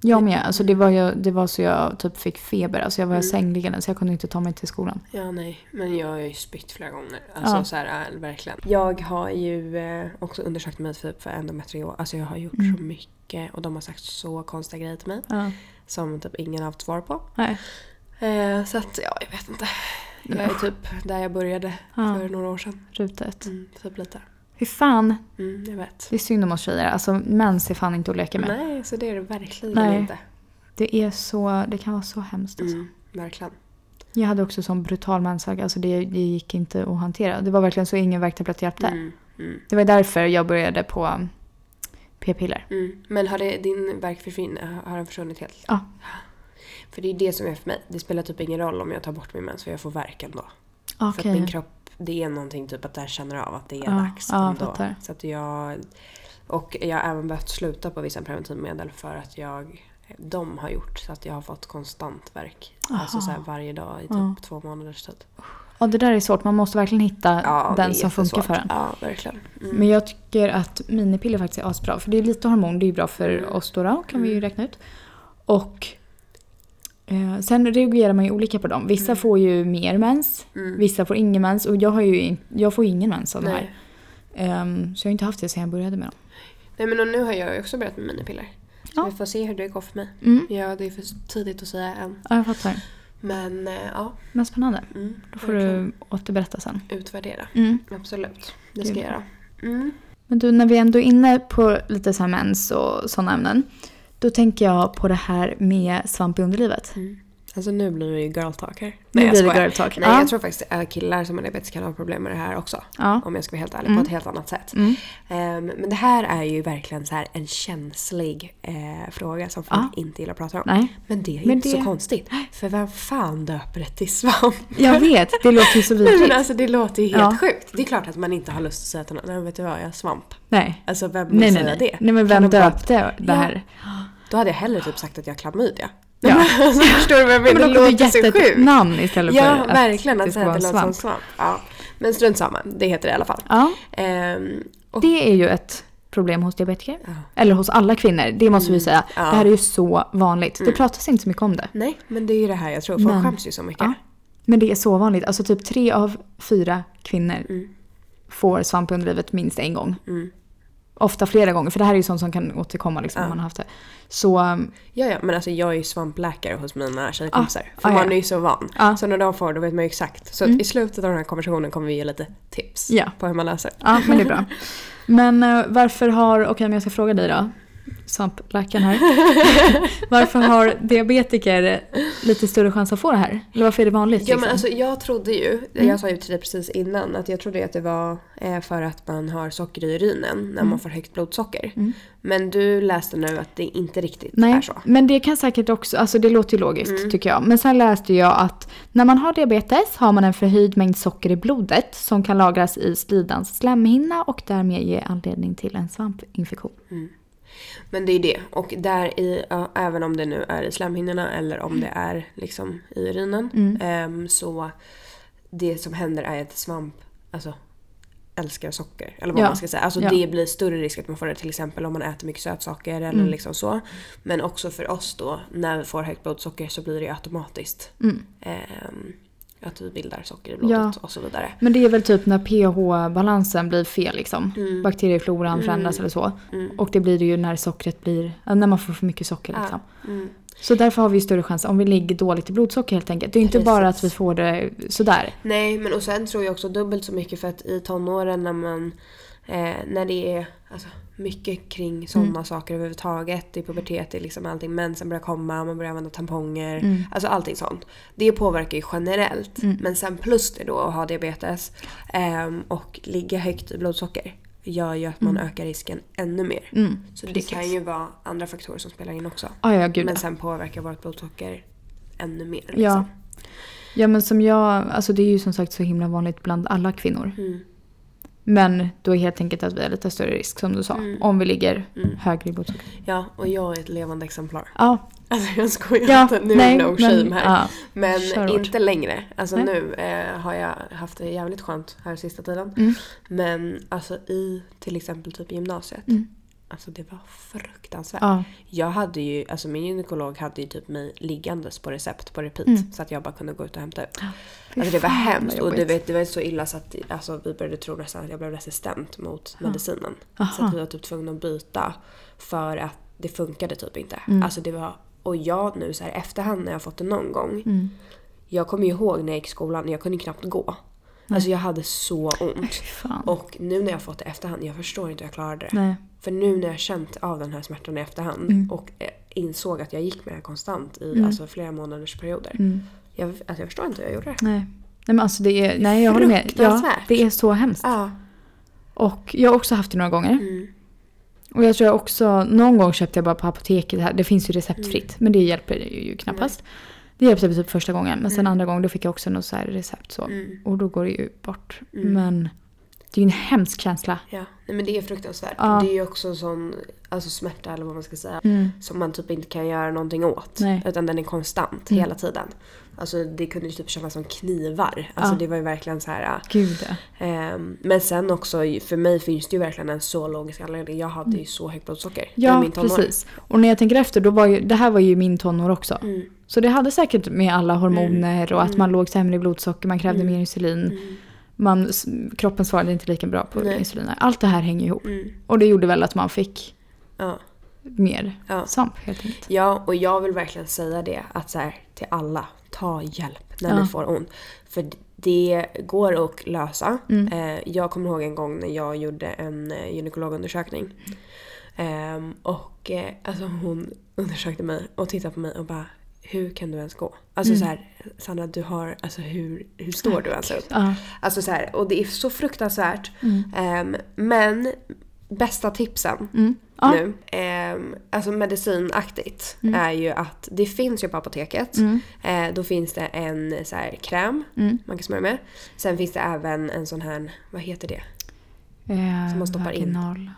Speaker 1: Jag med. Alltså det, var jag, det var så jag typ fick feber. Alltså jag var sängliggande så jag kunde inte ta mig till skolan.
Speaker 2: Ja, nej. Men jag har ju spytt flera gånger. Alltså
Speaker 1: Ja.
Speaker 2: så här, äh, verkligen. Jag har ju eh, också undersökt mig för, för endometrios. Alltså jag har gjort
Speaker 1: Mm.
Speaker 2: så mycket och de har sagt så konstiga grejer till mig.
Speaker 1: Ja.
Speaker 2: Som typ ingen har haft svar på.
Speaker 1: Nej.
Speaker 2: Eh, så att, ja, jag vet inte. Jag är typ där jag började
Speaker 1: Ja.
Speaker 2: för några år sedan.
Speaker 1: Rutet.
Speaker 2: Mm, typ lite.
Speaker 1: Fy fan.
Speaker 2: Mm, jag vet.
Speaker 1: Det är synd om oss tjejer. Alltså mens är fan inte att leka med.
Speaker 2: Nej, så det är det verkligen
Speaker 1: Nej.
Speaker 2: inte.
Speaker 1: Det är så, det kan vara så hemskt alltså.
Speaker 2: Mm, verkligen.
Speaker 1: Jag hade också sån brutal mensvärk. Alltså det, det gick inte att hantera. Det var verkligen så ingen värktablett hjälpte.
Speaker 2: Mm, mm,
Speaker 1: Det var därför jag började på p-piller.
Speaker 2: mm. Men har det, din verk försvinner, har den försvunnit helt?
Speaker 1: Ja.
Speaker 2: För det är det som är för mig. Det spelar typ ingen roll om jag tar bort min mens för jag får värk ändå. För
Speaker 1: Okej.
Speaker 2: att min kropp, det är någonting typ att den känner av att det är
Speaker 1: Ja,
Speaker 2: dags
Speaker 1: ja, jag
Speaker 2: ändå.
Speaker 1: fattar.
Speaker 2: Så att jag, och jag har även behövt sluta på vissa preventivmedel för att jag, de har gjort så att jag har fått konstant värk. Alltså
Speaker 1: Aha.
Speaker 2: så här varje dag i typ
Speaker 1: Ja.
Speaker 2: två månaders tid.
Speaker 1: Ja, det där är svårt. Man måste verkligen hitta
Speaker 2: Ja, det är
Speaker 1: den som funkar
Speaker 2: jättesvårt.
Speaker 1: för en.
Speaker 2: Ja, verkligen. Mm.
Speaker 1: Men jag tycker att minipiller faktiskt är asbra. För det är lite hormon, det är ju bra
Speaker 2: Mm.
Speaker 1: för oss då, då kan vi ju räkna ut. Och eh, sen reagerar man ju olika på dem. Vissa får ju mer mens,
Speaker 2: Mm.
Speaker 1: vissa får ingen mens. Och jag, har ju in, jag får ingen mens av det här.
Speaker 2: Nej.
Speaker 1: Ehm, så jag har inte haft det sedan jag började med dem.
Speaker 2: Nej men och nu har jag ju också börjat med minipiller.
Speaker 1: Ja.
Speaker 2: Så vi får se hur det går för mig.
Speaker 1: Mm.
Speaker 2: Ja, det är för tidigt att säga än.
Speaker 1: Ja, jag fattar.
Speaker 2: Men eh, ja.
Speaker 1: Men spännande.
Speaker 2: Mm,
Speaker 1: Då får
Speaker 2: verkligen.
Speaker 1: du återberätta sen.
Speaker 2: Utvärdera.
Speaker 1: Mm.
Speaker 2: Absolut. Det
Speaker 1: Det
Speaker 2: ska
Speaker 1: är
Speaker 2: jag göra. Mm.
Speaker 1: Men du, när vi ändå är inne på lite så här mens och sådana ämnen. Då tänker jag på det här med svamp i underlivet.
Speaker 2: Alltså nu blir det ju girl talk här.
Speaker 1: Nu
Speaker 2: Nej jag
Speaker 1: blir
Speaker 2: skojar.
Speaker 1: det girl talk.
Speaker 2: Nej
Speaker 1: ja.
Speaker 2: jag tror faktiskt att killar som har diabetes kan ha problem med det här också.
Speaker 1: ja.
Speaker 2: Om jag ska vara helt ärlig,
Speaker 1: Mm.
Speaker 2: på ett helt annat sätt.
Speaker 1: Mm.
Speaker 2: Ehm, men det här är ju verkligen så här en känslig eh, fråga som folk
Speaker 1: Ja.
Speaker 2: inte gillar att prata om.
Speaker 1: Nej.
Speaker 2: Men det är ju
Speaker 1: Men
Speaker 2: inte så
Speaker 1: det-
Speaker 2: konstigt. För vem fan döper det till svamp?
Speaker 1: Jag vet, det låter ju så
Speaker 2: Nej, men
Speaker 1: vidrigt.
Speaker 2: alltså det låter ju helt
Speaker 1: Ja.
Speaker 2: sjukt. Det är klart att man inte har lust att säga till någon, nej men vet du vad, jag har svamp.
Speaker 1: Nej.
Speaker 2: Alltså vem vill
Speaker 1: Nej, nej,
Speaker 2: säga
Speaker 1: nej.
Speaker 2: det?
Speaker 1: nej men
Speaker 2: Kan
Speaker 1: vem
Speaker 2: de bara-
Speaker 1: döpte det
Speaker 2: Ja.
Speaker 1: här?
Speaker 2: Då hade jag hellre typ sagt att jag har klamydia.
Speaker 1: Ja.
Speaker 2: alltså, förstår du vad jag
Speaker 1: Men
Speaker 2: menar? Det
Speaker 1: då kunde du
Speaker 2: låter
Speaker 1: gett
Speaker 2: så
Speaker 1: ett
Speaker 2: sjukt.
Speaker 1: namn istället för
Speaker 2: Ja,
Speaker 1: att
Speaker 2: verkligen. Att
Speaker 1: det
Speaker 2: säga
Speaker 1: var
Speaker 2: att det låter som
Speaker 1: svamp.
Speaker 2: svamp. Ja. Men strunt samma, det heter det i alla fall.
Speaker 1: Ja,
Speaker 2: Ehm, och,
Speaker 1: det är ju ett problem hos diabetiker.
Speaker 2: Ja.
Speaker 1: Eller hos alla kvinnor, det måste vi säga.
Speaker 2: Mm. Ja. Mm.
Speaker 1: Det här är ju så vanligt. Det pratas inte så mycket om det.
Speaker 2: nej, men det är ju det här jag tror. Folk
Speaker 1: Men-
Speaker 2: skäms ju så mycket.
Speaker 1: Ja. Men det är så vanligt. Alltså typ tre av fyra kvinnor
Speaker 2: Mm.
Speaker 1: får svamp i underlivet minst en gång.
Speaker 2: Mm.
Speaker 1: Ofta flera gånger, för det här är ju sånt som kan återkomma liksom,
Speaker 2: Ja.
Speaker 1: om man har haft det. Så um,
Speaker 2: Ja, ja, men alltså jag är ju svampläkare hos mina tjejkompisar.
Speaker 1: Ah,
Speaker 2: För
Speaker 1: ah,
Speaker 2: man
Speaker 1: ja.
Speaker 2: är ju så van.
Speaker 1: Ja. Mm.
Speaker 2: Så när de får, då vet man ju exakt. Så att i slutet av den här konversationen kommer vi ge lite tips
Speaker 1: Ja.
Speaker 2: på hur man löser.
Speaker 1: ja, men det är bra. Men eh, varför har, okej men jag ska fråga dig då, svampläkaren här. varför har diabetiker lite större chans att få det här? Eller varför är det vanligt?
Speaker 2: Ja
Speaker 1: liksom?
Speaker 2: men
Speaker 1: Mm.
Speaker 2: alltså jag trodde ju, jag sa ju till dig precis innan, att jag trodde ju att det var eh, för att man har socker i urinen när
Speaker 1: Mm.
Speaker 2: man får högt blodsocker. Men du läste nu att det inte riktigt är
Speaker 1: Nej,
Speaker 2: så. Mm.
Speaker 1: men det kan säkert också, alltså det låter ju logiskt tycker jag. Men sen läste jag att när man har diabetes har man en förhöjd mängd socker i blodet som kan lagras i slidans slemhinna och därmed ge anledning till en svampinfektion.
Speaker 2: Men det är det. Och där i, ja, även om det nu är i slemhinnorna eller om det
Speaker 1: Mm.
Speaker 2: är liksom i urinen. ehm, så det som händer är att svamp alltså, älskar socker. Eller vad
Speaker 1: Ja.
Speaker 2: man ska säga. Alltså
Speaker 1: Ja.
Speaker 2: det blir större risk att man får det till exempel om man äter mycket sötsaker eller
Speaker 1: Mm.
Speaker 2: liksom så. Men också för oss då, när vi får högt blodsocker så blir det ju automatiskt
Speaker 1: Mm.
Speaker 2: ehm, att vi bildar socker i blodet
Speaker 1: Ja.
Speaker 2: och så vidare.
Speaker 1: Men det är väl typ när pH-balansen blir fel liksom.
Speaker 2: Mm.
Speaker 1: Bakteriefloran förändras eller så. Och det blir det ju när sockret blir, ja, när man får för mycket socker liksom.
Speaker 2: Mm.
Speaker 1: Så därför har vi ju större chans om vi ligger dåligt i blodsocker helt enkelt. Det är ju inte bara att vi får det sådär.
Speaker 2: Nej, men och sen tror jag också dubbelt så mycket för att i tonåren när man eh, när det är alltså, mycket kring sådana
Speaker 1: Mm.
Speaker 2: saker överhuvudtaget. I pubertet är liksom allting mensen börjar komma, man börjar använda tamponger.
Speaker 1: Mm.
Speaker 2: Alltså allting sånt. Det påverkar ju generellt. Men sen plus det då att ha diabetes ehm, och ligga högt i blodsocker gör ju att man ökar risken ännu mer.
Speaker 1: Mm,
Speaker 2: så
Speaker 1: precis.
Speaker 2: det kan ju vara andra faktorer som spelar in också.
Speaker 1: Ah, ja, gud.
Speaker 2: men sen påverkar vårt blodsocker ännu mer. Liksom.
Speaker 1: Ja. Ja men som jag, alltså det är ju som sagt så himla vanligt bland alla kvinnor.
Speaker 2: Mm.
Speaker 1: Men då är helt enkelt att vi har lite större risk som du sa.
Speaker 2: Mm.
Speaker 1: Om vi ligger högre i blodsocker.
Speaker 2: Ja, och jag är ett levande exemplar.
Speaker 1: Ja,
Speaker 2: Alltså jag skojar
Speaker 1: Ja,
Speaker 2: inte, nu
Speaker 1: nej,
Speaker 2: är det no
Speaker 1: men-
Speaker 2: shame här.
Speaker 1: ja,
Speaker 2: men
Speaker 1: kör hårt.
Speaker 2: inte längre. Alltså
Speaker 1: Nej.
Speaker 2: nu eh, har jag haft det jävligt
Speaker 1: Mm.
Speaker 2: skönt här sista tiden. Men alltså i till exempel typ gymnasiet. Alltså det var fruktansvärt.
Speaker 1: Mm. Ja.
Speaker 2: Jag hade ju, alltså min gynekolog hade ju typ mig liggandes på recept på repeat så att jag bara kunde gå ut och hämta ut. Alltså det var
Speaker 1: Mm. fan, vad
Speaker 2: hemskt och du
Speaker 1: jobbigt.
Speaker 2: vet, det var så illa så att alltså, vi började tro nästan att jag blev resistent mot medicinen. Så
Speaker 1: Aha.
Speaker 2: att vi var typ tvungna att byta för att det funkade typ inte.
Speaker 1: Mm.
Speaker 2: Alltså det var, och jag nu så här i efterhand när jag fått det någon gång.
Speaker 1: Mm.
Speaker 2: Jag kommer ju ihåg när jag gick i skolan, jag kunde knappt gå. Alltså jag hade så ont.
Speaker 1: Fan.
Speaker 2: Och nu när jag har fått det i efterhand, jag förstår inte hur jag klarade det.
Speaker 1: Nej.
Speaker 2: För nu när jag känt av den här smärtan i efterhand
Speaker 1: Mm.
Speaker 2: och eh, insåg att jag gick med det här konstant i alltså, flera månaders perioder. Jag, alltså, jag förstår inte hur jag gjorde det.
Speaker 1: mm, Nej. Nej men alltså det är, nej jag håller med. Ja,
Speaker 2: Fruktansvärt.
Speaker 1: det är så hemskt.
Speaker 2: Ja. Mm.
Speaker 1: Och jag har också haft det några gånger. Och jag tror jag också, någon gång köpte jag bara på apoteket här. Det finns ju receptfritt.
Speaker 2: Mm.
Speaker 1: Men det hjälper ju knappast. Det hjälpte väl typ första gången. Men sen
Speaker 2: Mm.
Speaker 1: andra gången då fick jag också något så här recept så. Och då går det ju bort.
Speaker 2: Mm.
Speaker 1: Men det är ju en hemsk känsla.
Speaker 2: Ja, nej men det är fruktansvärt.
Speaker 1: Ja.
Speaker 2: Det är ju också en sån alltså, smärta eller vad man ska säga. Som man typ inte kan göra någonting åt.
Speaker 1: Nej. Mm.
Speaker 2: Utan den är konstant hela tiden. Alltså det kunde ju typ kännas som knivar. Alltså
Speaker 1: Ja.
Speaker 2: det var ju verkligen så här.
Speaker 1: Gud.
Speaker 2: ehm, men sen också, för mig finns det ju verkligen en så logisk anledning. Jag hade ju så högt blodsocker. i
Speaker 1: Mm. Ja,
Speaker 2: min tonår.
Speaker 1: precis. Och när jag tänker efter, då var ju, det här var ju min tonår också.
Speaker 2: Mm.
Speaker 1: Så det hade säkert med alla hormoner och att man låg sämre i blodsocker, man krävde
Speaker 2: Mm.
Speaker 1: mer insulin. Man, s- kroppen svarade inte lika bra på
Speaker 2: Nej.
Speaker 1: insuliner. Allt det här hänger ihop.
Speaker 2: Mm.
Speaker 1: Och det gjorde väl att man fick
Speaker 2: Ja.
Speaker 1: mer
Speaker 2: Ja.
Speaker 1: svamp helt enkelt.
Speaker 2: Ja, och jag vill verkligen säga det att så här, till alla, ta hjälp när
Speaker 1: Ja.
Speaker 2: ni får ont. För det går att lösa.
Speaker 1: Mm.
Speaker 2: Eh, jag kommer ihåg en gång när jag gjorde en eh, gynekologundersökning. Ehm, och eh, alltså hon undersökte mig och tittade på mig och bara hur kan du ens gå? Alltså så här, Sandra du har, alltså hur, hur står du ens upp?
Speaker 1: Ja. Mm.
Speaker 2: Alltså så här, och det är så fruktansvärt. Ehm, men bästa tipsen
Speaker 1: Ja.
Speaker 2: nu, ehm, alltså medicinaktigt, är ju att det finns ju på apoteket.
Speaker 1: Mm.
Speaker 2: Eh, då finns det en så här, kräm man kan smörja med. Sen finns det även en sån här, vad heter det?
Speaker 1: Eh,
Speaker 2: Som man stoppar in.
Speaker 1: vaginal.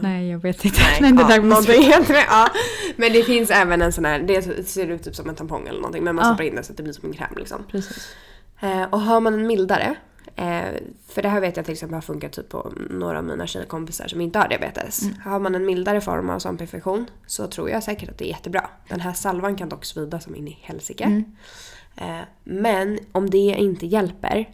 Speaker 1: Nej, jag vet inte.
Speaker 2: Nej,
Speaker 1: Nej, det där
Speaker 2: ja,
Speaker 1: måste...
Speaker 2: någonting heter det. Ja. Men det finns även en sån här, det ser ut typ som en tampong eller någonting men man
Speaker 1: Ja.
Speaker 2: stoppar in den så att det blir som en kräm liksom.
Speaker 1: Precis.
Speaker 2: Eh, och har man en mildare, eh, för det här vet jag till exempel har funkat typ på några av mina tjejkompisar som inte har diabetes.
Speaker 1: Mm.
Speaker 2: Har man en mildare form av svampinfektion så tror jag säkert att det är jättebra. Den här salvan kan dock svida som in i helsike.
Speaker 1: Mm.
Speaker 2: Eh, men om det inte hjälper,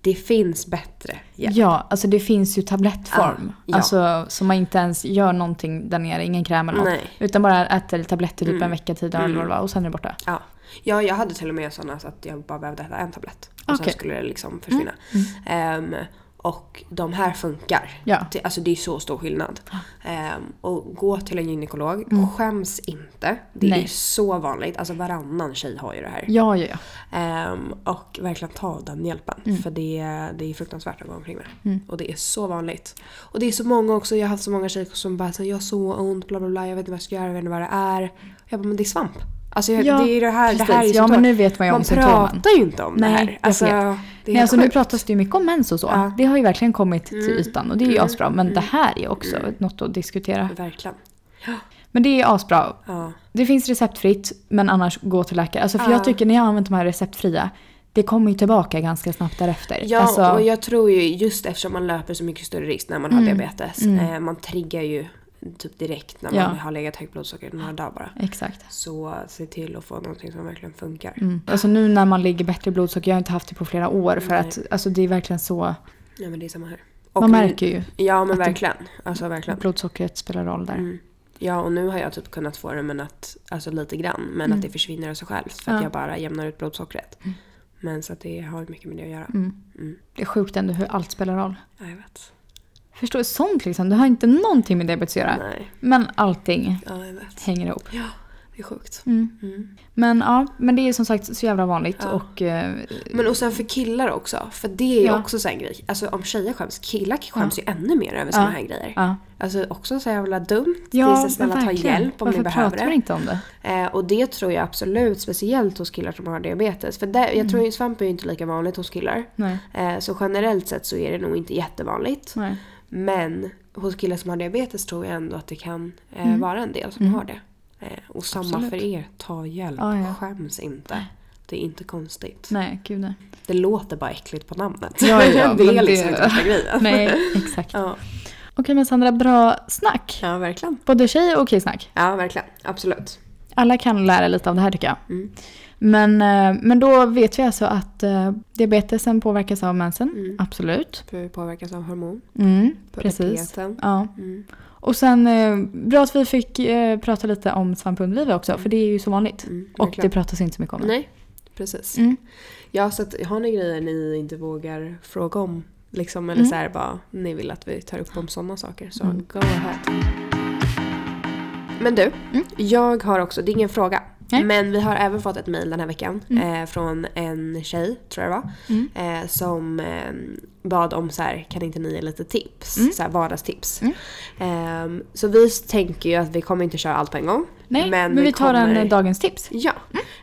Speaker 2: det finns bättre hjälp.
Speaker 1: Ja, alltså det finns ju tablettform.
Speaker 2: Ah, Ja.
Speaker 1: Alltså som man inte ens gör någonting där nere, ingen kräm eller något.
Speaker 2: Nej. Mm.
Speaker 1: Utan bara äter tabletter typ en vecka, tio dagar eller vad det var och sen är det borta.
Speaker 2: Ja. ja, jag hade till och med sådana så att jag bara behövde äta en tablett. Och sen
Speaker 1: Okej. Mm.
Speaker 2: skulle det liksom försvinna. Ehm, och de här funkar.
Speaker 1: Ja.
Speaker 2: Det, alltså det är så stor skillnad. Ehm, och gå till en gynekolog, skäms inte. Det är
Speaker 1: Mm. Nej.
Speaker 2: så vanligt. Alltså varannan tjej har ju det här.
Speaker 1: Ja, ja, ja.
Speaker 2: Ehm, och verkligen ta den hjälpen.
Speaker 1: Mm.
Speaker 2: För det, det är fruktansvärt att gå omkring med. Och det är så vanligt. Och det är så många också, jag har haft så många tjejer som bara säger jag har så ont, bla bla bla, jag vet inte vad jag ska göra, jag vet inte vad det är. Jag bara, men det är svamp. Alltså jag,
Speaker 1: Ja,
Speaker 2: det är ju det här, det här är ju
Speaker 1: precis. Ja, men
Speaker 2: symptom.
Speaker 1: nu vet man ju om symptomen.
Speaker 2: pratar ju inte om det
Speaker 1: Nej,
Speaker 2: här.
Speaker 1: jag
Speaker 2: Alltså,
Speaker 1: vet.
Speaker 2: det är
Speaker 1: Nej, alltså nu
Speaker 2: sjukt.
Speaker 1: pratas det ju mycket om mens och så.
Speaker 2: Ja. Mm.
Speaker 1: Det har ju verkligen kommit till ytan och det är ju asbra. Men det här är också något att diskutera.
Speaker 2: Verkligen.
Speaker 1: Men det är asbra.
Speaker 2: Ja.
Speaker 1: Det finns receptfritt men annars gå till läkare. Alltså för jag tycker när jag har använt de här receptfria, det kommer ju tillbaka ganska snabbt därefter.
Speaker 2: Ja,
Speaker 1: alltså,
Speaker 2: och jag tror ju just eftersom man löper så mycket större risk när man har
Speaker 1: Mm.
Speaker 2: diabetes. Eh, man triggar ju typ direkt när man
Speaker 1: Ja.
Speaker 2: har legat högt blodsocker några dagar bara.
Speaker 1: Exakt.
Speaker 2: Så se till att få någonting som verkligen funkar.
Speaker 1: Mm. Alltså nu när man ligger bättre i blodsocker, jag har inte haft det på flera år för att alltså det är verkligen så,
Speaker 2: Ja men det är samma här.
Speaker 1: man märker ju
Speaker 2: Ja men verkligen. Alltså verkligen.
Speaker 1: att blodsockret spelar roll Mm.
Speaker 2: Mm.
Speaker 1: där.
Speaker 2: Ja och nu har jag typ kunnat få det men att, alltså lite grann, men att det försvinner av sig självt för att
Speaker 1: Mm. Ja. Mm.
Speaker 2: jag bara jämnar ut blodsockret. Men så att det har ju mycket med det att göra.
Speaker 1: Det är sjukt ändå hur allt spelar roll.
Speaker 2: Ja, jag vet.
Speaker 1: Förstår du? Sånt liksom, det har inte någonting med diabetes att göra.
Speaker 2: Nej.
Speaker 1: Men allting
Speaker 2: Ja jag vet. Mm.
Speaker 1: hänger ihop. Mm.
Speaker 2: Ja, det är sjukt.
Speaker 1: Men ja, men det är som sagt så jävla vanligt och eh,
Speaker 2: Men och sen för killar också, för det är ju
Speaker 1: Ja.
Speaker 2: också så här en grej. Alltså om tjejer skäms, killar skäms ju ännu mer över såna här grejer.
Speaker 1: ja.
Speaker 2: Alltså också så jävla dumt. det är
Speaker 1: Ja,
Speaker 2: så här, snälla ta hjälp om
Speaker 1: Varför
Speaker 2: ni behöver
Speaker 1: pratar
Speaker 2: det.
Speaker 1: man inte om det?
Speaker 2: Eh, och det tror jag absolut, speciellt hos killar som har diabetes. För där, jag
Speaker 1: Mm.
Speaker 2: tror ju svamp är ju inte lika vanligt hos killar.
Speaker 1: Nej.
Speaker 2: Eh, så generellt sett så är det nog inte jättevanligt.
Speaker 1: Nej.
Speaker 2: Men hos killar som har diabetes tror jag ändå att det kan eh, vara en del som har det. Eh, och samma
Speaker 1: Mm. Absolut.
Speaker 2: för er, ta hjälp,
Speaker 1: Ja, ja.
Speaker 2: skäms inte. Det är inte konstigt.
Speaker 1: Nej, gud nej.
Speaker 2: Det låter bara äckligt på namnet.
Speaker 1: Ja, ja,
Speaker 2: det
Speaker 1: men
Speaker 2: är
Speaker 1: det-
Speaker 2: liksom inte värsta grejen.
Speaker 1: Nej, exakt.
Speaker 2: Ja.
Speaker 1: Okej men Sandra, bra snack.
Speaker 2: Ja, verkligen.
Speaker 1: Både tjej och killsnack.
Speaker 2: Ja, verkligen. Absolut.
Speaker 1: Alla kan lära lite av det här tycker jag.
Speaker 2: Mm.
Speaker 1: Men, eh, men då vet vi alltså att eh, diabetesen påverkas av mensen.
Speaker 2: Mm.
Speaker 1: Absolut.
Speaker 2: För vi påverkas av hormon.
Speaker 1: Mm, precis.
Speaker 2: Puberteten.
Speaker 1: Ja.
Speaker 2: Mm.
Speaker 1: Och sen eh, bra att vi fick eh, prata lite om svampundviva också. För det är ju så vanligt.
Speaker 2: Mm,
Speaker 1: och
Speaker 2: verkligen.
Speaker 1: det pratas inte så mycket om det.
Speaker 2: Nej, precis.
Speaker 1: Mm.
Speaker 2: Ja, så att, har ni grejer ni inte vågar fråga om? Liksom, eller
Speaker 1: Mm.
Speaker 2: så här, bara, ni vill att vi tar upp om sådana saker. Så go ahead. Men du,
Speaker 1: Mm.
Speaker 2: jag har också, det är ingen fråga.
Speaker 1: Nej. Mm.
Speaker 2: Men vi har även fått ett mejl den här veckan eh, från en tjej, tror jag det var. Eh, som eh, bad om så här, kan inte ni ge lite tips?
Speaker 1: Mm.
Speaker 2: Så här, vardagstips. Eh, så vi tänker ju att vi kommer inte köra allt på en gång.
Speaker 1: Nej, men, vi tar en eh, dagens tips.
Speaker 2: Ja,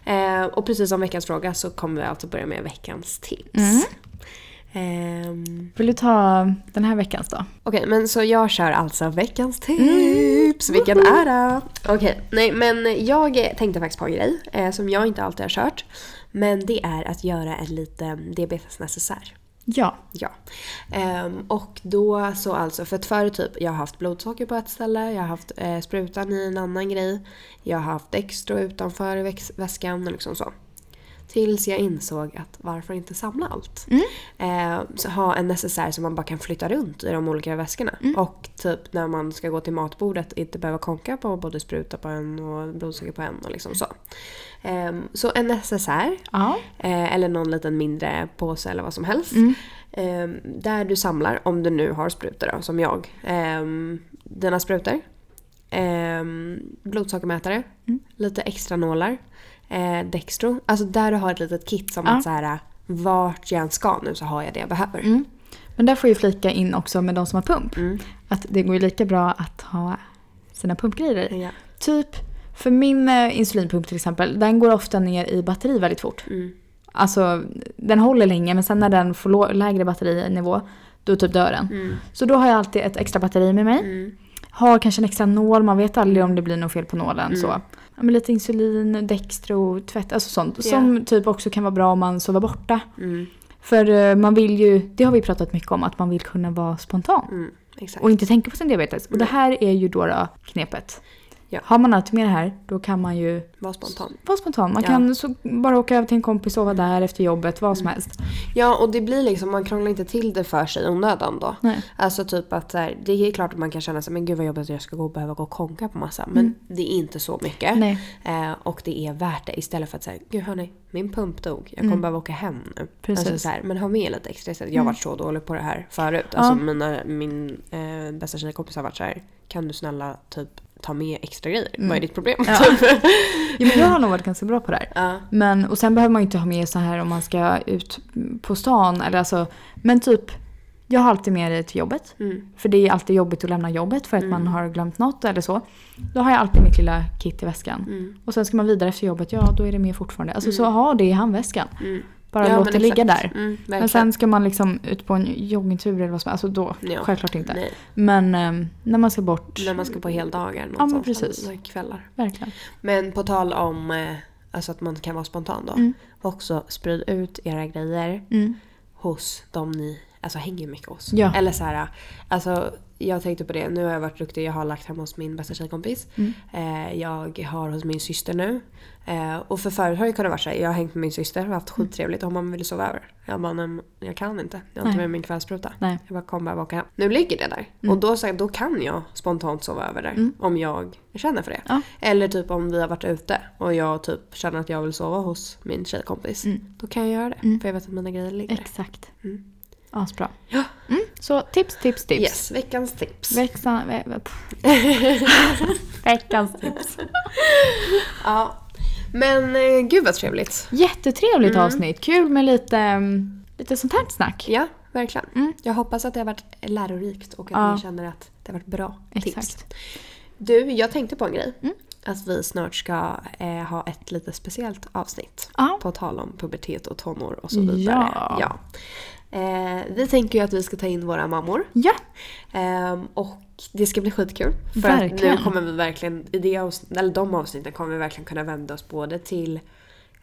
Speaker 2: eh, och precis som veckans fråga så kommer vi alltså börja med veckans tips. Ehm,
Speaker 1: Vill du ta den här veckans då?
Speaker 2: Okej, men så jag kör alltså veckans tips. Vilken ära! Okej, nej men jag tänkte faktiskt på en grej eh, som jag inte alltid har kört. Men det är att göra en liten diabetesnecessär.
Speaker 1: Ja.
Speaker 2: Ja. Ehm, och då så alltså, för att förr typ, jag har haft blodsocker på ett ställe, jag har haft eh, sprutan i en annan grej, jag har haft extra utanför i väx- väskan och liksom så. Tills jag insåg att varför inte samla allt? Ehm, så ha en necessär som man bara kan flytta runt i de olika väskorna. Och typ när man ska gå till matbordet inte behöva konka på både spruta på en och blodsocker på en och liksom så. Ehm, så en necessär
Speaker 1: Ja.
Speaker 2: Eh, eller någon liten mindre påse eller vad som helst.
Speaker 1: Mm.
Speaker 2: Eh, där du samlar, om du nu har sprutor då, som jag, eh, dina sprutor. Eh, blodsockermätare,
Speaker 1: Mm.
Speaker 2: lite extra nålar, eh, Dextro. Alltså där du har ett litet kit som
Speaker 1: Ja.
Speaker 2: att så här, vart jag än ska nu så har jag det jag behöver.
Speaker 1: Mm. Men där får ju flika in också med de som har pump. Att det går ju lika bra att ha sina pumpgrejer i.
Speaker 2: Mm. Ja.
Speaker 1: Typ, för min eh, insulinpump till exempel, den går ofta ner i batteri väldigt fort.
Speaker 2: Mm.
Speaker 1: Alltså, den håller länge men sen när den får lå- lägre batterinivå, då typ dör den.
Speaker 2: Mm.
Speaker 1: Så då har jag alltid ett extra batteri med mig. Har kanske en extra nål, man vet aldrig om det blir något fel på nålen. Så.
Speaker 2: Mm.
Speaker 1: Ja, men lite insulin, Dextro, tvätt, alltså sånt.
Speaker 2: Ja.
Speaker 1: Som typ också kan vara bra om man sover borta.
Speaker 2: Mm.
Speaker 1: För eh, man vill ju, det har vi pratat mycket om, att man vill kunna vara spontan.
Speaker 2: Mm, exakt.
Speaker 1: Och inte tänka på sin diabetes. Och det här är ju då, då knepet.
Speaker 2: Mm. Ja.
Speaker 1: Har man allt med det här, då kan man ju
Speaker 2: Var spontan.
Speaker 1: vara spontan. Man
Speaker 2: Ja.
Speaker 1: kan så bara åka över till en kompis, sova där efter jobbet, vad
Speaker 2: Mm.
Speaker 1: som helst.
Speaker 2: Ja, och det blir liksom, man krånglar inte till det för sig i onödan då.
Speaker 1: Nej.
Speaker 2: Alltså typ att så här, det är klart att man kan känna sig men gud vad jobbigt att jag ska gå och behöva gå och konka på massa. Men det är inte så mycket.
Speaker 1: Mm. Nej.
Speaker 2: Eh, och det är värt det istället för att säga, gud hörni, min pump dog. Jag kommer behöva åka hem nu.
Speaker 1: Mm. Precis. Mm.
Speaker 2: Alltså, så här, men ha med lite extra istället. Jag har varit så dålig på det här förut. Alltså mina, min eh, bästa tjejkompis har varit så här, kan du snälla typ ta med extra grejer?
Speaker 1: Mm.
Speaker 2: Vad är ditt problem? Typ.
Speaker 1: Jo, men jag har nog varit ganska bra på det här.
Speaker 2: Ja.
Speaker 1: Men, och sen behöver man ju inte ha med så här om man ska ut på stan. Eller alltså, men typ, jag har alltid med det till jobbet.
Speaker 2: Mm.
Speaker 1: För det är alltid jobbigt att lämna jobbet för att man har glömt något eller så. Då har jag alltid mitt lilla kit i väskan.
Speaker 2: Mm.
Speaker 1: Och sen ska man vidare efter jobbet, ja då är det med fortfarande. Alltså så ha det i handväskan.
Speaker 2: Mm.
Speaker 1: Bara
Speaker 2: Ja,
Speaker 1: låt det
Speaker 2: men
Speaker 1: ligga
Speaker 2: exakt.
Speaker 1: där.
Speaker 2: Mm, verkligen.
Speaker 1: Men sen ska man liksom ut på en joggingtur eller vad som helst. Alltså då,
Speaker 2: Ja.
Speaker 1: självklart inte.
Speaker 2: Nej,
Speaker 1: Men ehm, när man ska bort,
Speaker 2: när man ska på heldagar
Speaker 1: men
Speaker 2: någonstans.
Speaker 1: precis.
Speaker 2: eller Kvällar.
Speaker 1: verkligen.
Speaker 2: Men på tal om eh, alltså att man kan vara spontan då. Också sprid ut era grejer
Speaker 1: Mm.
Speaker 2: hos de ni alltså, hänger mycket hos.
Speaker 1: Ja.
Speaker 2: Eller så här, alltså, jag tänkte på det, nu har jag varit duktig, jag har lagt hemma hos min bästa tjejkompis.
Speaker 1: Mm.
Speaker 2: Eh, jag har hos min syster nu. Eh, och för förut har det kunnat vara så här, jag har hängt med min syster och haft
Speaker 1: Mm.
Speaker 2: skittrevligt och hon bara, "Men vill du sova över? Jag bara, "Nej, men jag kan inte. Jag har inte
Speaker 1: Nej.
Speaker 2: med min kvällspruta.
Speaker 1: Nej. Mm.
Speaker 2: Jag bara, kom bara åka hem. Nu ligger det där. Och då, så här, då kan jag spontant sova över där. Om jag känner för det.
Speaker 1: Ja.
Speaker 2: Eller typ om vi har varit ute och jag typ känner att jag vill sova hos min tjejkompis.
Speaker 1: Mm.
Speaker 2: Då kan jag göra det. För jag vet att mina grejer ligger där.
Speaker 1: Exakt.
Speaker 2: Mm.
Speaker 1: Asbra.
Speaker 2: Ja.
Speaker 1: Mm. Så tips, tips, tips.
Speaker 2: Yes, veckans tips.
Speaker 1: Växa, vä, vä, veckans tips.
Speaker 2: ja. Men eh, gud vad trevligt.
Speaker 1: Jättetrevligt
Speaker 2: Mm.
Speaker 1: avsnitt. Kul med lite, ehm, lite sånt här snack.
Speaker 2: Ja, verkligen.
Speaker 1: Mm.
Speaker 2: Jag hoppas att det har varit lärorikt och att
Speaker 1: Ja.
Speaker 2: ni känner att det har varit bra tips.
Speaker 1: Exakt. Mm.
Speaker 2: Du, jag tänkte på en grej. Att vi snart ska eh, ha ett lite speciellt avsnitt.
Speaker 1: Ja.
Speaker 2: På tal om pubertet och tonår och så vidare.
Speaker 1: Ja.
Speaker 2: Eh, vi tänker ju att vi ska ta in våra mammor.
Speaker 1: Ja.
Speaker 2: Ehm, och det ska bli skitkul. För
Speaker 1: Verkligen.
Speaker 2: att nu kommer vi verkligen, i det avsnitt, eller de avsnitten kommer vi verkligen kunna vända oss både till
Speaker 1: Mm.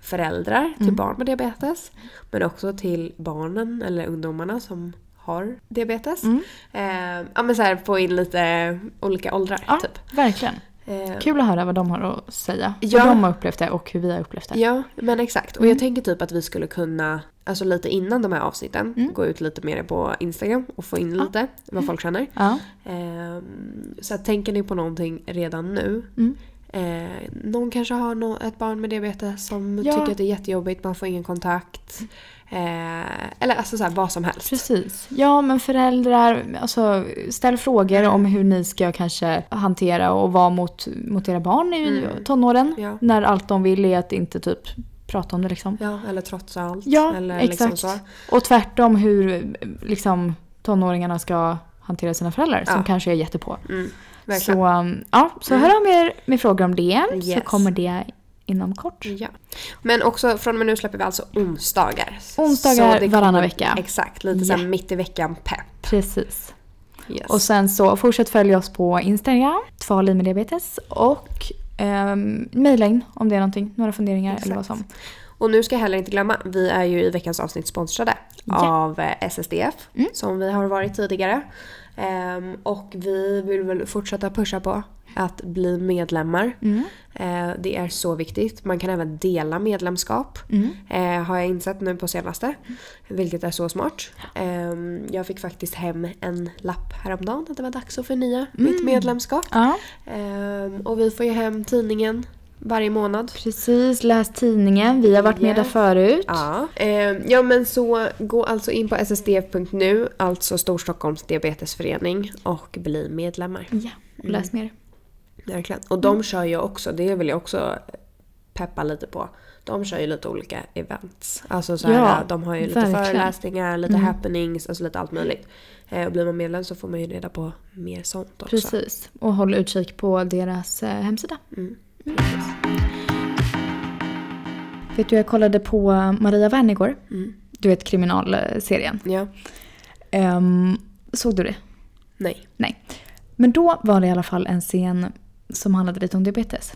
Speaker 2: föräldrar till barn med diabetes men också till barnen eller ungdomarna som har diabetes.
Speaker 1: Mm.
Speaker 2: Eh, ja men så här, få in lite olika åldrar
Speaker 1: Ja,
Speaker 2: typ.
Speaker 1: verkligen.
Speaker 2: Eh,
Speaker 1: Kul att höra vad de har att säga.
Speaker 2: Ja.
Speaker 1: Hur de har upplevt det och hur vi har upplevt det.
Speaker 2: Ja, men exakt.
Speaker 1: Mm.
Speaker 2: Och jag tänker typ att vi skulle kunna, alltså lite innan de här avsnitten,
Speaker 1: Mm.
Speaker 2: gå ut lite mer på Instagram och få in lite vad folk känner.
Speaker 1: Ja.
Speaker 2: Ehm, så att, tänker ni på någonting redan nu?
Speaker 1: Mm.
Speaker 2: Eh, någon kanske har nå- ett barn med diabetes som
Speaker 1: Ja.
Speaker 2: tycker att det är jättejobbigt, man får ingen kontakt. Eh, eller alltså så här, vad som helst.
Speaker 1: Precis. Ja, men föräldrar, alltså, ställ frågor om hur ni ska kanske hantera och vara mot, mot era barn i tonåren.
Speaker 2: Mm. Ja.
Speaker 1: När allt de vill är att inte typ prata om det liksom.
Speaker 2: Ja, eller trots allt.
Speaker 1: Ja,
Speaker 2: eller
Speaker 1: exakt.
Speaker 2: Liksom så.
Speaker 1: Och tvärtom hur liksom, tonåringarna ska hantera sina föräldrar som
Speaker 2: Ja.
Speaker 1: kanske är jättepå.
Speaker 2: Mm, verkligen.
Speaker 1: Så, um, ja, så hör av er med frågor om det så
Speaker 2: Yes.
Speaker 1: kommer det inom kort.
Speaker 2: Ja. Men också från och med nu släpper vi alltså onsdagar.
Speaker 1: Onsdagar
Speaker 2: Så det
Speaker 1: varannan
Speaker 2: kommer-
Speaker 1: vecka.
Speaker 2: Exakt, lite
Speaker 1: Ja.
Speaker 2: så här mitt i veckan pepp.
Speaker 1: Precis.
Speaker 2: Yes.
Speaker 1: Och sen så fortsätt följa oss på Instagram, Tvali med diabetes och ehm, mejla in om det är någonting, några funderingar eller vad som.
Speaker 2: Och nu ska jag heller inte glömma, vi är ju i veckans avsnitt sponsrade av eh, SSDF som vi har varit tidigare. Ehm, och vi vill väl fortsätta pusha på att bli medlemmar.
Speaker 1: Mm.
Speaker 2: Eh, det är så viktigt. Man kan även dela medlemskap eh, har jag insett nu på senaste. Vilket är så smart. Ehm, jag fick faktiskt hem en lapp häromdagen att det var dags att förnya mitt medlemskap.
Speaker 1: Ja,
Speaker 2: Ehm, och vi får ju hem tidningen varje månad.
Speaker 1: precis. Läs tidningen. Vi har varit med där
Speaker 2: Yes.
Speaker 1: förut.
Speaker 2: Ja. Ehm, ja men så gå alltså in på ssdf.nu, alltså Storstockholms diabetesförening och bli medlemmar.
Speaker 1: Ja, och läs
Speaker 2: Mm.
Speaker 1: mer.
Speaker 2: Verkligen. Och
Speaker 1: Mm.
Speaker 2: de kör ju också, det vill jag också peppa lite på, de kör ju lite olika events. Alltså så här,
Speaker 1: Ja,
Speaker 2: de har ju lite
Speaker 1: verkligen. Mm.
Speaker 2: föreläsningar, lite happenings, alltså lite allt möjligt. Eh, och blir man medlem så får man ju reda på mer sånt också.
Speaker 1: Precis. Och håll utkik på deras eh, hemsida. Mm. Vet du, jag kollade på Maria Wern igår. Du vet kriminalserien.
Speaker 2: Mm. Ja.
Speaker 1: Ehm, såg du det?
Speaker 2: Nej.
Speaker 1: Nej. Men då var det i alla fall en scen som handlade lite om diabetes.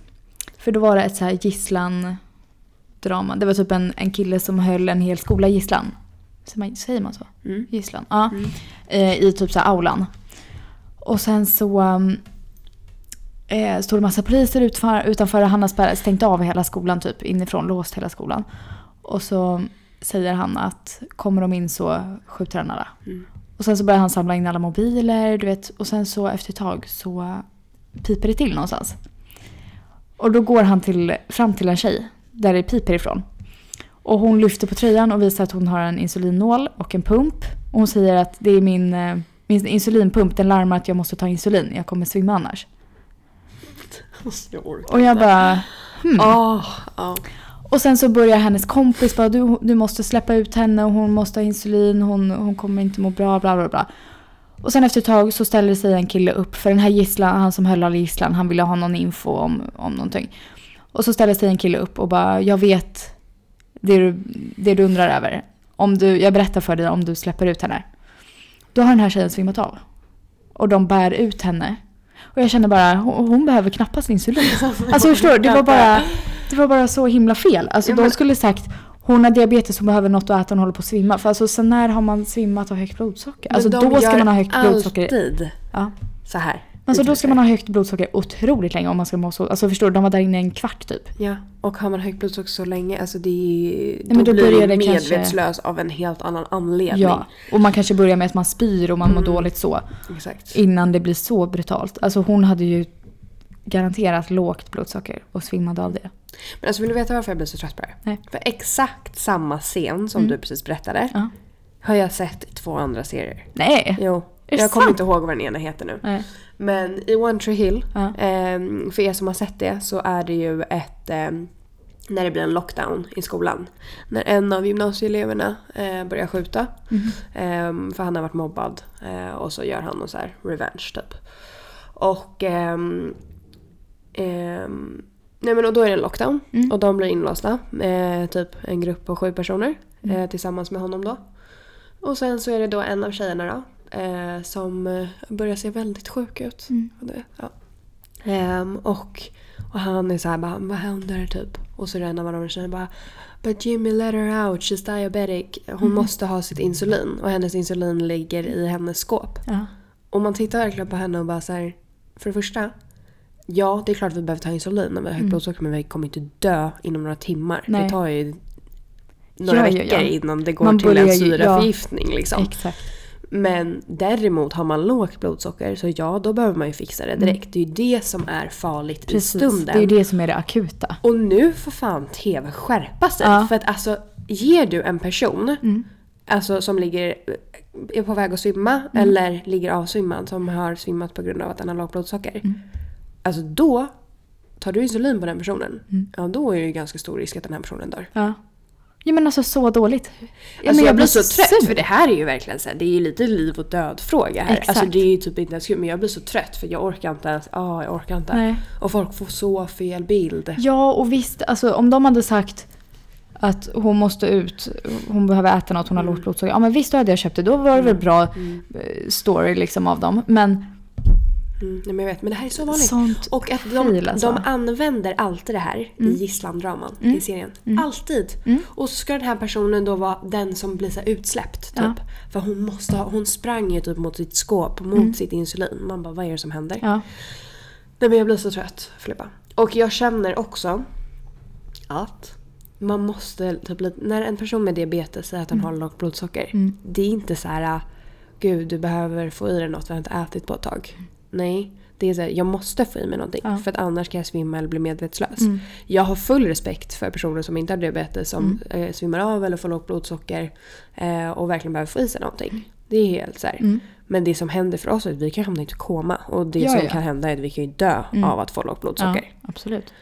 Speaker 1: För då var det ett så här gisslan-drama. Det var typ en, en kille som höll en hel skola gisslan. Så man, säger man så?
Speaker 2: Mm.
Speaker 1: Gisslan? Ja. Eh, I typ så här aulan. Och sen så um, eh, står det massa poliser utför, utanför och han har spärrat- stängt av hela skolan typ inifrån, låst hela skolan. Och så säger han att kommer de in så skjuter han alla. Och sen så börjar han samla in alla mobiler, du vet. Och sen så efter ett tag så piper det till någonstans. Och då går han till, fram till en tjej där det piper ifrån. Och hon lyfter på tröjan och visar att hon har en insulinnål och en pump. Och hon säger att det är min, eh, min insulinpump, den larmar att jag måste ta insulin, jag kommer svimma annars.
Speaker 2: Alltså, Jag orkar
Speaker 1: Och jag bara... hmm.
Speaker 2: Åh, Ah, ja.
Speaker 1: Och sen så börjar hennes kompis bara du, du måste släppa ut henne och hon måste ha insulin, hon, hon kommer inte må bra, bla bla bla. Och sen efter ett tag så ställer sig en kille upp för den här gisslan, han som höll all gisslan, han ville ha någon info om, om någonting. Och så ställer sig en kille upp och bara jag vet det du, det du undrar över. Om du, jag berättar för dig om du släpper ut henne. Då har den här tjejen svimmat av. Och de bär ut henne. Och jag känner bara, hon, hon behöver knappast insulin. Alltså förstår du? Det var bara, det var bara så himla fel. Alltså
Speaker 2: Ja,
Speaker 1: de
Speaker 2: men-
Speaker 1: skulle sagt, hon har diabetes, hon behöver något att äta, hon håller på att svimma. För alltså sen när har man svimmat av högt blodsocker? Alltså
Speaker 2: Men de
Speaker 1: då ska
Speaker 2: gör
Speaker 1: man ha högt blodsocker.
Speaker 2: alltid
Speaker 1: Ja.
Speaker 2: så här.
Speaker 1: Alltså då ska man ha högt blodsocker otroligt länge om man ska må så. Alltså förstår du? De var där inne i en kvart typ.
Speaker 2: Ja, och har man högt blodsocker så länge, alltså det är ju... Då,
Speaker 1: men då
Speaker 2: blir
Speaker 1: börjar
Speaker 2: du
Speaker 1: det kanske-
Speaker 2: medvetslös av en helt annan anledning.
Speaker 1: Ja. Och man kanske börjar med att man spyr och man
Speaker 2: Mm.
Speaker 1: mår dåligt så.
Speaker 2: Exakt.
Speaker 1: Innan det blir så brutalt. Alltså hon hade ju garanterat lågt blodsocker och svimmade av det.
Speaker 2: Men alltså vill du veta varför jag blir så trött på det här?
Speaker 1: Nej. Mm.
Speaker 2: För exakt samma scen som du precis berättade
Speaker 1: Ja.
Speaker 2: har jag sett i två andra serier.
Speaker 1: Nej!
Speaker 2: Jo.
Speaker 1: det
Speaker 2: Jag kommer
Speaker 1: sant?
Speaker 2: inte ihåg vad den ena heter nu.
Speaker 1: Nej.
Speaker 2: Men i One Tree Hill,
Speaker 1: Ja.
Speaker 2: ehm, för er som har sett det, så är det ju ett... ehm, när det blir en lockdown i skolan. När en av gymnasieeleverna eh, börjar skjuta. Ehm, för han har varit mobbad. Eh, och så gör han någon så här revenge typ. Och... ehm, ehm, nej men och då är det en lockdown. Och de blir inlåsta. Eh, typ en grupp på sju personer. Eh, tillsammans med honom då. Och sen så är det då en av tjejerna då. Eh, som eh, börjar se väldigt sjuk ut. Och det- Ja. Ehm, och, och han är så här bara, vad händer typ? Och så den av varandra känner bara But Jimmy let her out, she's diabetic. Hon
Speaker 1: Mm.
Speaker 2: måste ha sitt insulin och hennes insulin ligger i hennes skåp.
Speaker 1: Ja.
Speaker 2: Och man tittar verkligen på henne och bara så här, För det första. Ja, det är klart att vi behöver ta insulin när vi har högt blodsocker men vi kommer inte dö inom några timmar. Det
Speaker 1: Mm. Nej.
Speaker 2: tar ju några
Speaker 1: Ja, ja,
Speaker 2: veckor
Speaker 1: ja.
Speaker 2: innan det går
Speaker 1: Man
Speaker 2: till
Speaker 1: börjar
Speaker 2: en
Speaker 1: ju-
Speaker 2: syraförgiftning liksom.
Speaker 1: Exakt.
Speaker 2: Men däremot har man lågt blodsocker så ja, då behöver man ju fixa det direkt. Det är ju det som är farligt i
Speaker 1: Mm. Precis.
Speaker 2: stunden.
Speaker 1: Det är ju det som är det akuta.
Speaker 2: Och nu får fan TV skärpa sig.
Speaker 1: Ja. Mm.
Speaker 2: För att alltså, ger du en person alltså, som ligger, eh, är på väg att svimma
Speaker 1: Mm.
Speaker 2: eller ligger avsvimmad som har svimmat på grund av att den har lågt blodsocker.
Speaker 1: Mm.
Speaker 2: Alltså då, tar du insulin på den personen,
Speaker 1: Mm.
Speaker 2: ja då är det ju ganska stor risk att den här personen dör.
Speaker 1: Ja. Ja men alltså så dåligt. Ja,
Speaker 2: alltså, jag, blir så
Speaker 1: sur.
Speaker 2: trött för det här är ju verkligen så här, det är ju lite liv och död fråga här.
Speaker 1: Exakt.
Speaker 2: Alltså det är ju typ inte ens kul men jag blir så trött för jag orkar inte ens, ja jag orkar inte.
Speaker 1: Nej.
Speaker 2: Och folk får så fel bild.
Speaker 1: Ja och visst, alltså, om de hade sagt att hon måste ut, hon behöver äta något, hon har
Speaker 2: Mm.
Speaker 1: lågt blodsocker. Ja men visst då hade jag köpt det, då var det väl bra eh, story liksom av dem. Men
Speaker 2: Mm, nej, men jag vet, men det här är så vanligt.
Speaker 1: Sånt
Speaker 2: och att de,
Speaker 1: fail, alltså.
Speaker 2: de använder alltid det här i gisslandraman i serien. Alltid. Och så ska den här personen då vara den som blir så här utsläppt. Typ.
Speaker 1: Ja.
Speaker 2: För hon, måste ha, hon sprang ju typ mot sitt skåp, mot sitt insulin. Man bara, vad är det som händer?
Speaker 1: ja,
Speaker 2: Nej men jag blir så trött Filippa. Och jag känner också att man måste, typ, lite- när en person med diabetes säger att den har lågt blodsocker. Det är inte så här, gud du behöver få i dig något vi har inte ätit på ett tag. Nej, det är så här, jag måste få i mig någonting
Speaker 1: Ja.
Speaker 2: för att annars kan jag svimma eller bli medvetslös. Jag har full respekt för personer som inte har diabetes som eh, svimmar av eller får lågt blodsocker eh, och verkligen behöver få i sig någonting. Det är helt så här.
Speaker 1: mm.
Speaker 2: Men det som händer för oss är att vi kan hamna i ett koma och det
Speaker 1: Ja,
Speaker 2: som
Speaker 1: ja. Mm.
Speaker 2: kan hända är att vi kan ju dö av att få lågt
Speaker 1: ja
Speaker 2: blodsocker.
Speaker 1: absolut.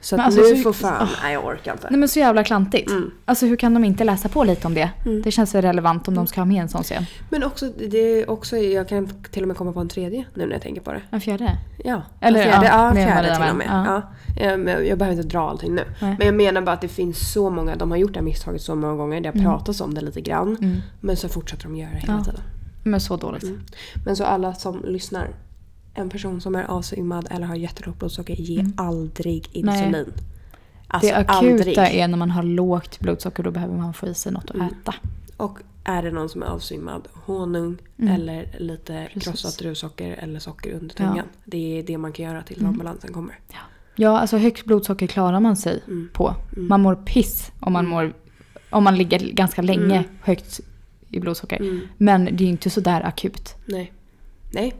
Speaker 2: Så
Speaker 1: Men
Speaker 2: att
Speaker 1: alltså, Mm.
Speaker 2: nu
Speaker 1: så-
Speaker 2: får fan, nej jag orkar inte.
Speaker 1: Nej men så jävla klantigt.
Speaker 2: Mm.
Speaker 1: Alltså hur kan de inte läsa på lite om det? Det känns väl relevant om de ska ha med en sån scen.
Speaker 2: Men också, det är också, jag kan till och med komma på en tredje nu när jag tänker på det.
Speaker 1: En fjärde?
Speaker 2: Ja,
Speaker 1: Eller,
Speaker 2: en fjärde,
Speaker 1: ja,
Speaker 2: ja, en
Speaker 1: med
Speaker 2: fjärde
Speaker 1: Maria
Speaker 2: till och
Speaker 1: Wern,
Speaker 2: med.
Speaker 1: ja.
Speaker 2: Ja. Eh, men Jag behöver inte dra allting nu.
Speaker 1: Nej.
Speaker 2: Men jag menar bara att det finns så många, de har gjort det här misstaget så många gånger, det har pratats om det lite grann. Men så fortsätter de göra det hela
Speaker 1: Mm. Ja.
Speaker 2: tiden.
Speaker 1: Mm. Men så dåligt.
Speaker 2: Mm. Men så alla som lyssnar, en person som är avsvimmad eller har jättelågt blodsocker, ge aldrig insulin. Alltså
Speaker 1: Mm. det akuta
Speaker 2: aldrig. Mm.
Speaker 1: är när man har lågt blodsocker, då behöver man få i sig något att äta.
Speaker 2: Och är det någon som är avsvimmad, honung
Speaker 1: Mm.
Speaker 2: eller lite krossat druvsocker eller socker under tungan. Det är det man kan göra tills
Speaker 1: Mm.
Speaker 2: ambulansen kommer. Mm,
Speaker 1: Ja, alltså högt blodsocker klarar man sig på. Man mår piss om man, mår, om man ligger ganska länge högt i blodsocker. Men det är ju inte sådär akut.
Speaker 2: Mm, Nej. Nej,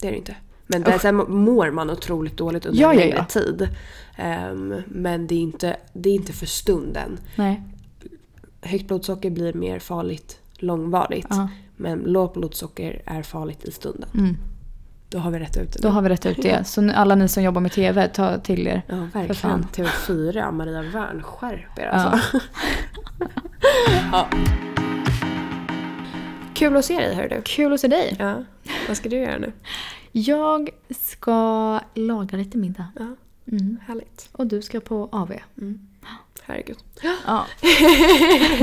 Speaker 2: det är det inte. Men där, sen mår man otroligt dåligt under
Speaker 1: Ja,
Speaker 2: en
Speaker 1: ja,
Speaker 2: längre
Speaker 1: ja.
Speaker 2: tid. Ehm, men det är, inte, det är inte för stunden.
Speaker 1: Nej.
Speaker 2: Högt blodsocker blir mer farligt långvarigt.
Speaker 1: Ja.
Speaker 2: Men lågt blodsocker är farligt i stunden.
Speaker 1: Mm.
Speaker 2: Då har vi rätt ut det.
Speaker 1: Då har vi rätt ut det. Så nu, alla ni som jobbar med TV, ta till er.
Speaker 2: Ja,
Speaker 1: För
Speaker 2: verkligen.
Speaker 1: fan.
Speaker 2: TV4, Maria Wern, skärp er alltså. ja. Kul att se dig hör du.
Speaker 1: Kul att se dig.
Speaker 2: Ja. Vad ska du göra nu?
Speaker 1: Jag ska laga lite middag.
Speaker 2: Ja,
Speaker 1: Mm.
Speaker 2: härligt.
Speaker 1: Och du ska på AV.
Speaker 2: Herregud.
Speaker 1: Ja.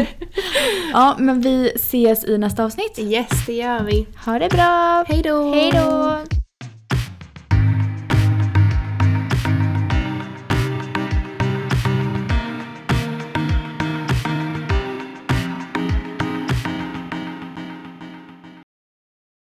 Speaker 1: ja, men vi ses i nästa avsnitt.
Speaker 2: Yes, det gör vi.
Speaker 1: Ha det bra!
Speaker 2: Hej då!
Speaker 1: Hej då!